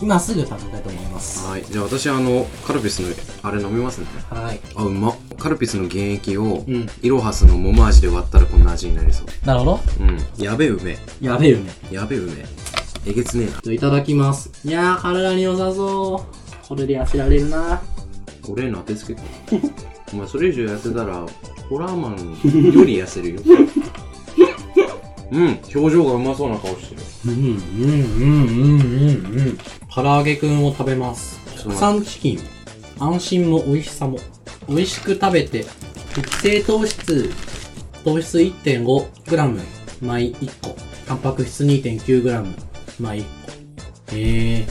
B: 今すぐ食べたいと思います
A: はい、じゃあ私あのカルピスのあれ飲みますね
B: はい
A: あうまっカルピスの原液を、
B: うん
A: イロハスの桃味で割ったらこんな味になりそう
B: なるほど
A: うんやべえうめ
B: やべえよね
A: えやべえうめええげつねえな
B: じゃあいただきます。いやー、体に良さそう。これで痩せられるな。
A: 俺への当てつ けたお前それ以上痩せたらホラーマンより痩せるよ うん表情がうまそうな顔してる
B: うん、うん、うん、うん、うん、うん。唐揚げくんを食べます。国産チキン。安心も美味しさも。美味しく食べて。適正糖質。糖質 1.5g。毎1個。タンパク質 2.9g。毎1個。へえ。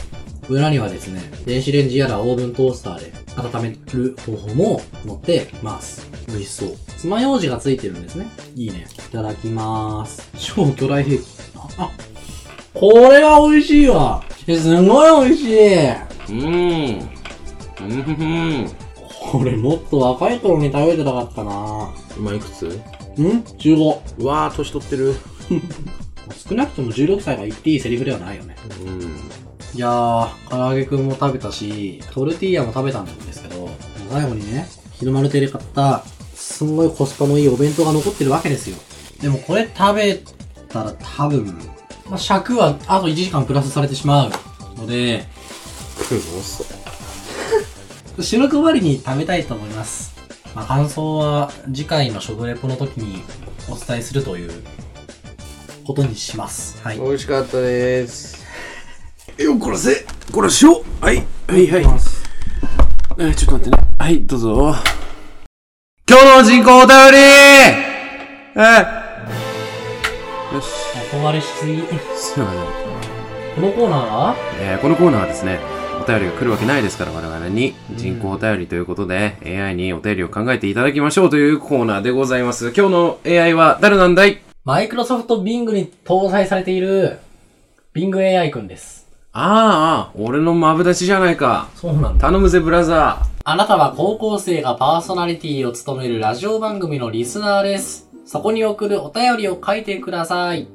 B: 裏にはですね、電子レンジやらオーブントースターで温める方法も載ってます。美味しそう。爪楊枝がついてるんですね。いいね。いただきます。超巨大兵器。あ、あこれは美味しいわ。えすごい美味しい。
D: うん。うんふふん。
B: これもっと若い頃に食べてなかったな
D: 今いくつ
B: うん ?15。
D: うわー、年取ってる。
B: 少なくとも16歳が言っていいセリフではないよね。
D: うん。
B: いやー、唐揚げくんも食べたし、トルティーヤも食べたんですけど、最後にね、日の丸亭で買った、すんごいコスパのいいお弁当が残ってるわけですよ。でもこれ食べたら多分、まあ、尺はあと1時間プラスされてしまうので、
D: 食うの遅い。
B: 白配りに食べたいと思います。まあ、感想は次回の食レポの時にお伝えするということにします。はい。
D: 美味しかったです。
E: よ、こらせこらしようはい、はい、はい。えちょっと待ってね。はい、どうぞ。今日の人口お便りはい。よし。
B: 憧れしすぎ。こ
E: すいません。
B: のコーナーは
A: えーこのコーナーはですね、お便りが来るわけないですから、我々に人工お便りということで、AI にお便りを考えていただきましょうというコーナーでございます。今日の AI は誰なんだい
B: マイクロソフト Bing に搭載されている Bing AI くんです。
A: あーあー、俺のマブダチじゃないか。
B: そうなん。
A: 頼むぜ、ブラザ
B: あなたは高校生がパーソナリティを務めるラジオ番組のリスナーです。そこに送るお便りを書いてください。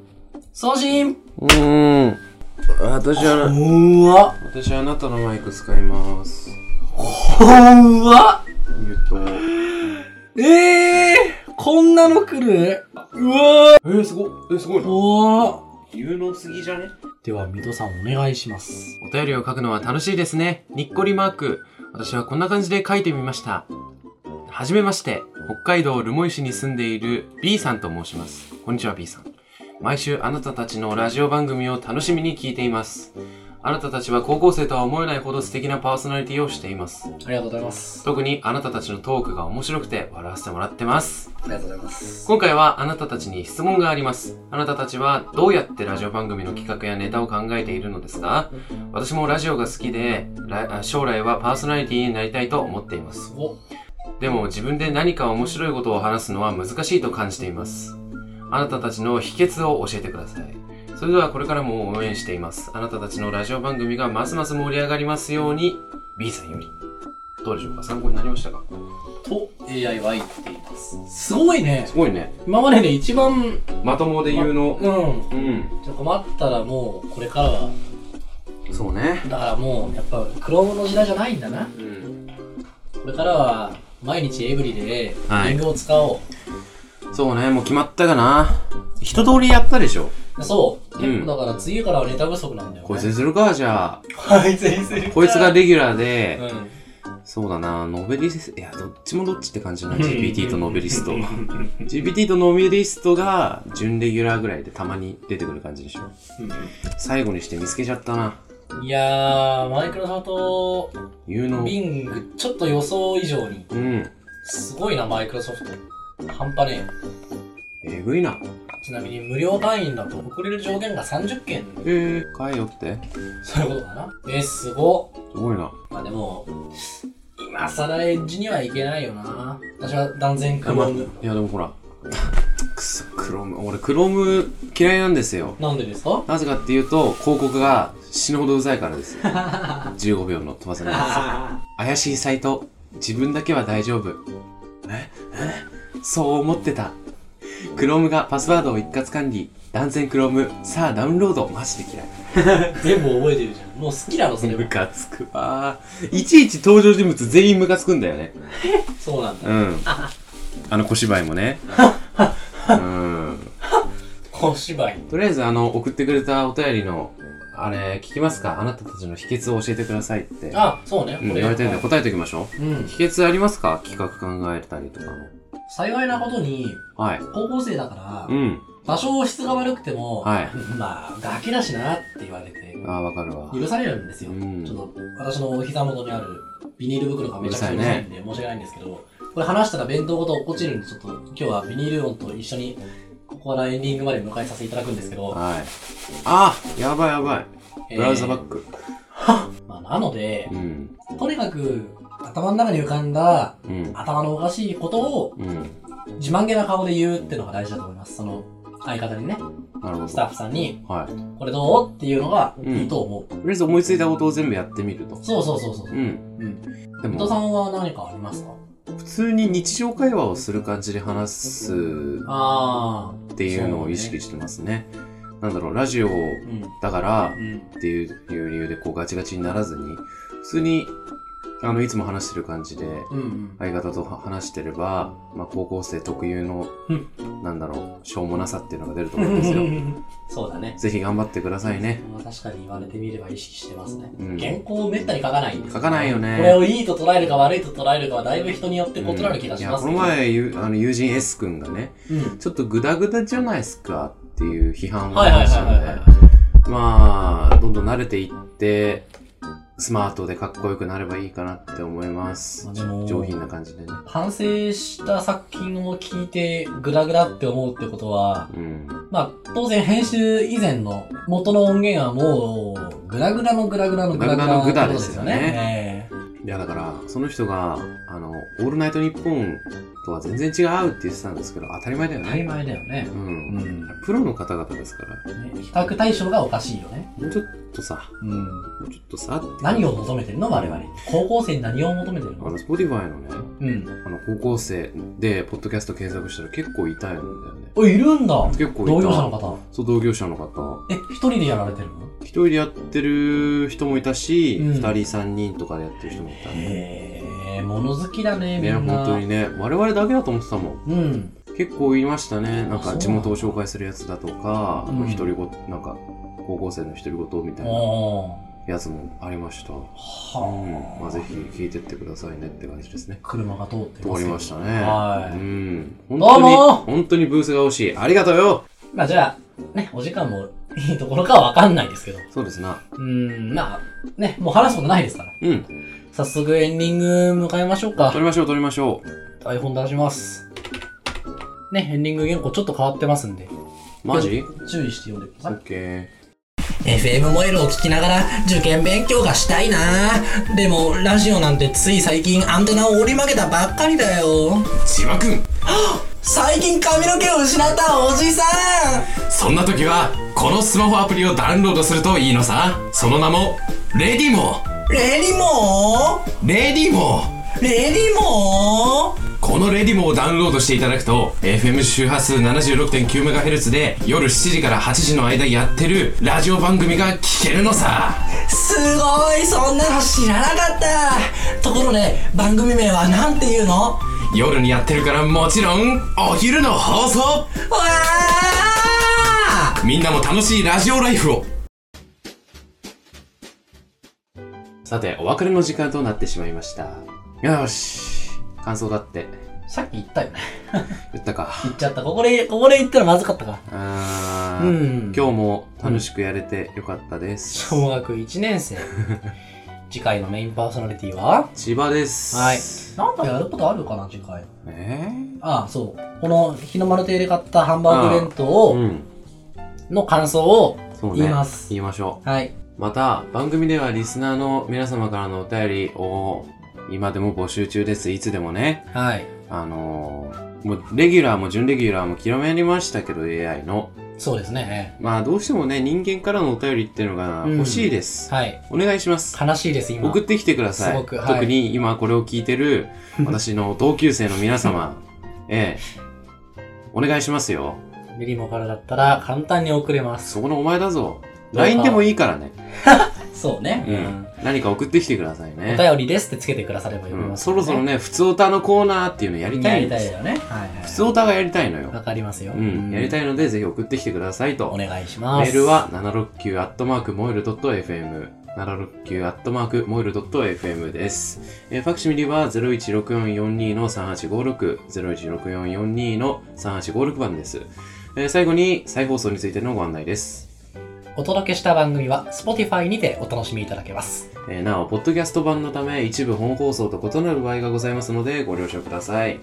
B: 送信
A: ー。うーん。私はな、
B: うわ
A: 私はあなたのマイク使います。
B: こんわ
A: 言うと、
B: ええー、こんなの来る
A: えー、すごい、えー、すごいな。
B: お
A: 有能すぎじゃね
B: では、ミトさんお願いします。
A: お便りを書くのは楽しいですね。にっこりマーク。私はこんな感じで書いてみました。はじめまして。北海道留萌市に住んでいる B さんと申します。こんにちは B さん。毎週あなたたちのラジオ番組を楽しみに聞いています。あなたたちは高校生とは思えないほど素敵なパーソナリティをしています。
B: ありがとうございます。
A: 特にあなたたちのトークが面白くて笑わせてもらってます。
B: ありがとうございます。
A: 今回はあなたたちに質問があります。あなたたちはどうやってラジオ番組の企画やネタを考えているのですか私もラジオが好きで、らあ将来はパーソナリティになりたいと思っています。
B: お、
A: でも自分で何か面白いことを話すのは難しいと感じています。あなたたちの秘訣を教えてください。それではこれからも応援しています。あなたたちのラジオ番組がますます盛り上がりますように、B さんより。どうでしょうか参考になりましたか
B: と AI は言っています。すごいね。
A: すごいね。
B: 今までで一番、
A: まともで言うの。
B: うん、
A: うん。
B: ちょ困ったらもうこれからは、
A: そうね。
B: だからもうやっぱクロームの時代じゃないんだな。
A: うん。
B: これからは毎日エブリで
A: はい
B: リングを使おう。
A: そうね、もう決まったかな。一通りやったでしょ。
B: そう、
A: うん
B: だから次からはネタ不足なんだよ、ね。
A: こいつ にするか、じゃあ。
B: はい、全然。
A: こいつがレギュラー
B: う
A: で、
B: ん。
A: そうだな、ノベリスト、いや、どっちもどっちって感じだな、
B: うん
A: GPT とノベリスト。GPT とノベリストが、準レギュラーぐらいでたまに出てくる感じでしょ。最後にして見つけちゃったな。
B: いやー、マイクロソフト
A: 有能。
B: ビング、ちょっと予想以上に、
A: うん。
B: すごいな、マイクロソフト。半端ね
A: えぐいな。
B: え。ちなみに無料会員だと送れる上限が30件。
A: えー、変えよって。
B: そういうことかな。えー、すごっ。
A: すごいな。
B: まあでも、今更エッジにはいけないよな。私は断然クローム。
A: いや、でもほら。 くそ、クローム。俺、クローム嫌いなんですよ。
B: なんでですか
A: なぜかっていうと、広告が死ぬほどうざいからです よ。15秒の飛ばせないです。怪しいサイト。自分だけは大丈夫。ええそう思ってた。Chrome がパスワードを一括管理。断然 Chrome。さあダウンロード。マジで嫌い。
B: 全部覚えてるじゃん。もう好きだろ、それは
A: ム。カつくわー。いちいち登場人物全員ムカつくんだよね。
B: そうなんだ。
A: うん。あの小芝居もね。うん。
B: 小芝居。
A: とりあえずあの、送ってくれたお便りの、あれ、聞きますかあなたたちの秘訣を教えてくださいって。
B: あ、そうね。
A: うん、言われてるんで答えておきましょ
B: う
A: う。
B: ん。
A: 秘訣ありますか企画考えたりとかの。
B: 幸いなことに、
A: はい。
B: 高校生だから、
A: うん。
B: 多少質が悪くても、
A: はい
B: まあ、ガキだしなって言われて、
A: ああ、わかるわ。
B: 許されるんですよ。
A: うん
B: ちょっと、私のお膝元にあるビニール袋がめちゃくちゃうるさいんで、申し訳ないんですけど、これ話したら弁当ごと落っこちるんで、ちょっと今日はビニール音と一緒に、ここからエンディングまで迎えさせていただくんですけど、
A: はい。ああやばいやばい。
B: えー
A: ブラウザバック。
B: まあ、なので
A: う、ん。
B: とにかく、頭の中に浮かんだ、
A: うん。
B: 頭のおかしいことを
A: うん。
B: 自慢げな顔で言うってのが大事だと思います。その、相方にね、
A: なるほ
B: ス
A: ど。
B: タッフさんに、
A: はい。
B: これどうっていうのが
A: うん
B: いいと思う。
A: とりあえず思いついたことを全部やってみると。
B: そうそうそうそう。
A: うん。
B: うん。
A: で
B: 伊藤
A: も、
B: さんは何かありますか
A: 普通に日常会話をする感じで話すっ
B: ああ。
A: ていうのを意識してますね。なんだろう、ラジオ
B: うん。
A: だから
B: うん。
A: っていう理由でこうガチガチにならずに、普通に、あの、いつも話してる感じで、
B: うん。
A: 相方とは話してれば、まあ、高校生特有の
B: う、
A: なんだろう、しょうもなさっていうのが出ると思うんですよ。
B: そうだね。
A: ぜひ頑張ってくださいね。
B: まあ確かに言われてみれば意識してますね。
A: うん
B: 原稿をめったに書かないんです
A: 書かないよね
B: これをいいと捉えるか悪いと捉えるかはだいぶ人によって異
A: うん
B: なる気がします
A: い
B: ね。
A: やこの前ゆあの友人 S 君がね
B: うん。
A: ちょっとグダグダじゃないですかっていう批判を
B: はいはい
A: 出
B: は
A: した
B: い
A: の
B: はい
A: で
B: はい。
A: まあどんどん慣れていってスマートでかっこよくなればいいかなって思います
B: まあでも
A: 上品な感じでね
B: 反省した作品を聞いてグラグラって思うってことは、
A: うん
B: まあ当然編集以前の元の音源はもうグラグラのグラグラのグラグラ
A: グラグラ
B: って
A: のグラで
B: こと
A: すよね。
B: ええ
A: いやだからその人があの「オールナイトニッポン」とは全然違うって言ってたんですけど当たり前だよ
B: 当たり
A: ね
B: 前だよね
A: う。ん、
B: うん。ね
A: プロの方々ですから
B: 比較対象がおかしいよね。
A: もうちょっとさ
B: うん。
A: もうちょっとさって
B: 何を求めてるの我々。高校生に何を求めてる
A: あ
B: の
A: の Spotify のね
B: うん。
A: あの高校生でポッドキャスト検索したら結構いたんだよね
B: お、いるんだ
A: 結構いた
B: 同業者の方。
A: そう同業者の方
B: え、一人でやられてるの
A: 一人でやってる人もいたし、
B: うん
A: 二人三人とかでやってる人もいたね
B: へえ、物好きだね、み
A: ね
B: んな。
A: 本当にね我々だけだと思ってたもん
B: うん。
A: 結構いましたねなん
B: あそうな
A: か
B: んだ
A: 地元を紹介するやつだとか
B: うん
A: 独り言なんか高校生の独り言みたいな
B: おー。
A: やつもありましたう
B: は
A: ん
B: あ。
A: まあぜひ聞いてってくださいねって感じですね
B: 車が通って
A: 通
B: ます
A: り
B: よ
A: ましたね
B: はい
A: うん本
B: どう
A: 当に
B: も
A: 本当にブースが欲しいありがとうよ
B: まあじゃあ、ね、お時間もいいところかはわかんないですけど。
A: そうですな
B: うん、まあ、ね、もう話すことないですから。
A: うん
B: 早速エンディング迎えましょうか
A: 撮。りましょう撮りましょ
B: 台本出します。ね、エンディング原稿ちょっと変わってますんで、
A: うマジ
B: 注意して読んでく
A: オ
B: ださい
A: ッ。ケー
B: FM モエルを聞きながら受験勉強がしたいなでもラジオなんてつい最近アンテナを折り曲げたばっかりだよ
D: 千葉くん
B: 最近髪の毛を失ったおじさ
D: そんな時はこのスマホアプリをダウンロードするといいのさその名もレディモ
B: んレディモ
D: レディモ
B: ーレディモー
D: このレディモをダウンロードしていただくと FM 周波数 76.9MHz で夜7時から8時の間やってるラジオ番組が聞けるのさ
B: すごいそんなの知らなかったところで番組名は何て言うのわ
D: 夜にやってるからもちろんお昼の放送
B: あ
D: みんなも楽しいラジオライフを
A: さて、お別れの時間となってしまいました。よし。感想だって。
B: さっき言ったよね
A: 言ったか。
B: 言っちゃったここでここで言ったらまずかったか
A: あ
B: う
A: ー
B: ん
A: 今日も楽しくやれてよかったです。
B: 小学1年 生次回のメインパーソナリティは
A: 千葉です。
B: はいなんかやることあるかな次回
A: えー
B: ああそうこの日の丸亭で買ったハンバーグ弁当を
A: うん。
B: の感想を
A: そうね。
B: 言います、
A: 言いましょ。
B: はいう
A: また、番組ではリスナーの皆様からのお便りを今でも募集中です。いつでもね。
B: はい
A: あのー、もう、レギュラーも準レギュラーも極めりましたけど、AI の。
B: そうですね
A: まあ、どうしてもね、人間からのお便りっていうのが欲しいです。
B: はい
A: お願いします。
B: 悲しいです今
A: 送ってきてください。
B: すごくはい
A: 特に今これを聞いてる私の同級生の皆 様、ええ、お願いしますよ。
B: ミリモからだったら簡単に送れます
A: そこのお前だぞ。
B: どうか
A: LINE でもいいからね。
B: そうね、
A: うん何か送ってきてください
B: うんお
A: ね。
B: 便りですってつけてくだされば読み
A: う
B: ま
A: ん
B: す、
A: そろそろね、普通歌のコーナーっていうのやりた
B: や
A: い
B: り
A: んで
B: た
A: す
B: いよねはいはい
A: 普通歌がやりたいの
B: わ
A: よ。
B: かりますよ、
A: うん。やりた
B: い
A: いので、ぜひ送ってきてくださいと。
B: お願いします
A: メールは 769-moil.fm 769-moil.fm です。えーファクシミリは016442-3856 016442-3856番です。えー最後に再放送についてのご案内です。
B: お届けした番組は Spotify にてお楽しみいただけます
A: えーなお、ポッドキャスト版のため一部本放送と異なる場合がございますのでご了承ください。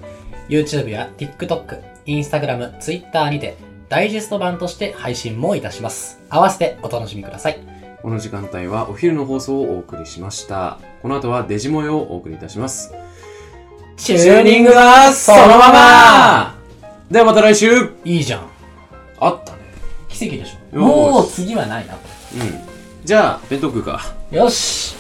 B: YouTube や TikTok、Instagram、Twitter にてダイジェスト版として配信もいたします。合わせてお楽しみください。
A: この時間帯はお昼の放送をお送りしました。この後はデジモイをお送りいたします。
B: チ
A: チューニングはそのままではまた来週
B: いいじゃん。
A: ああったね。
B: 奇跡でしょ
A: よーし
B: もう次はない
A: う
B: な
A: ん。じゃあ、弁当食うか。
B: よし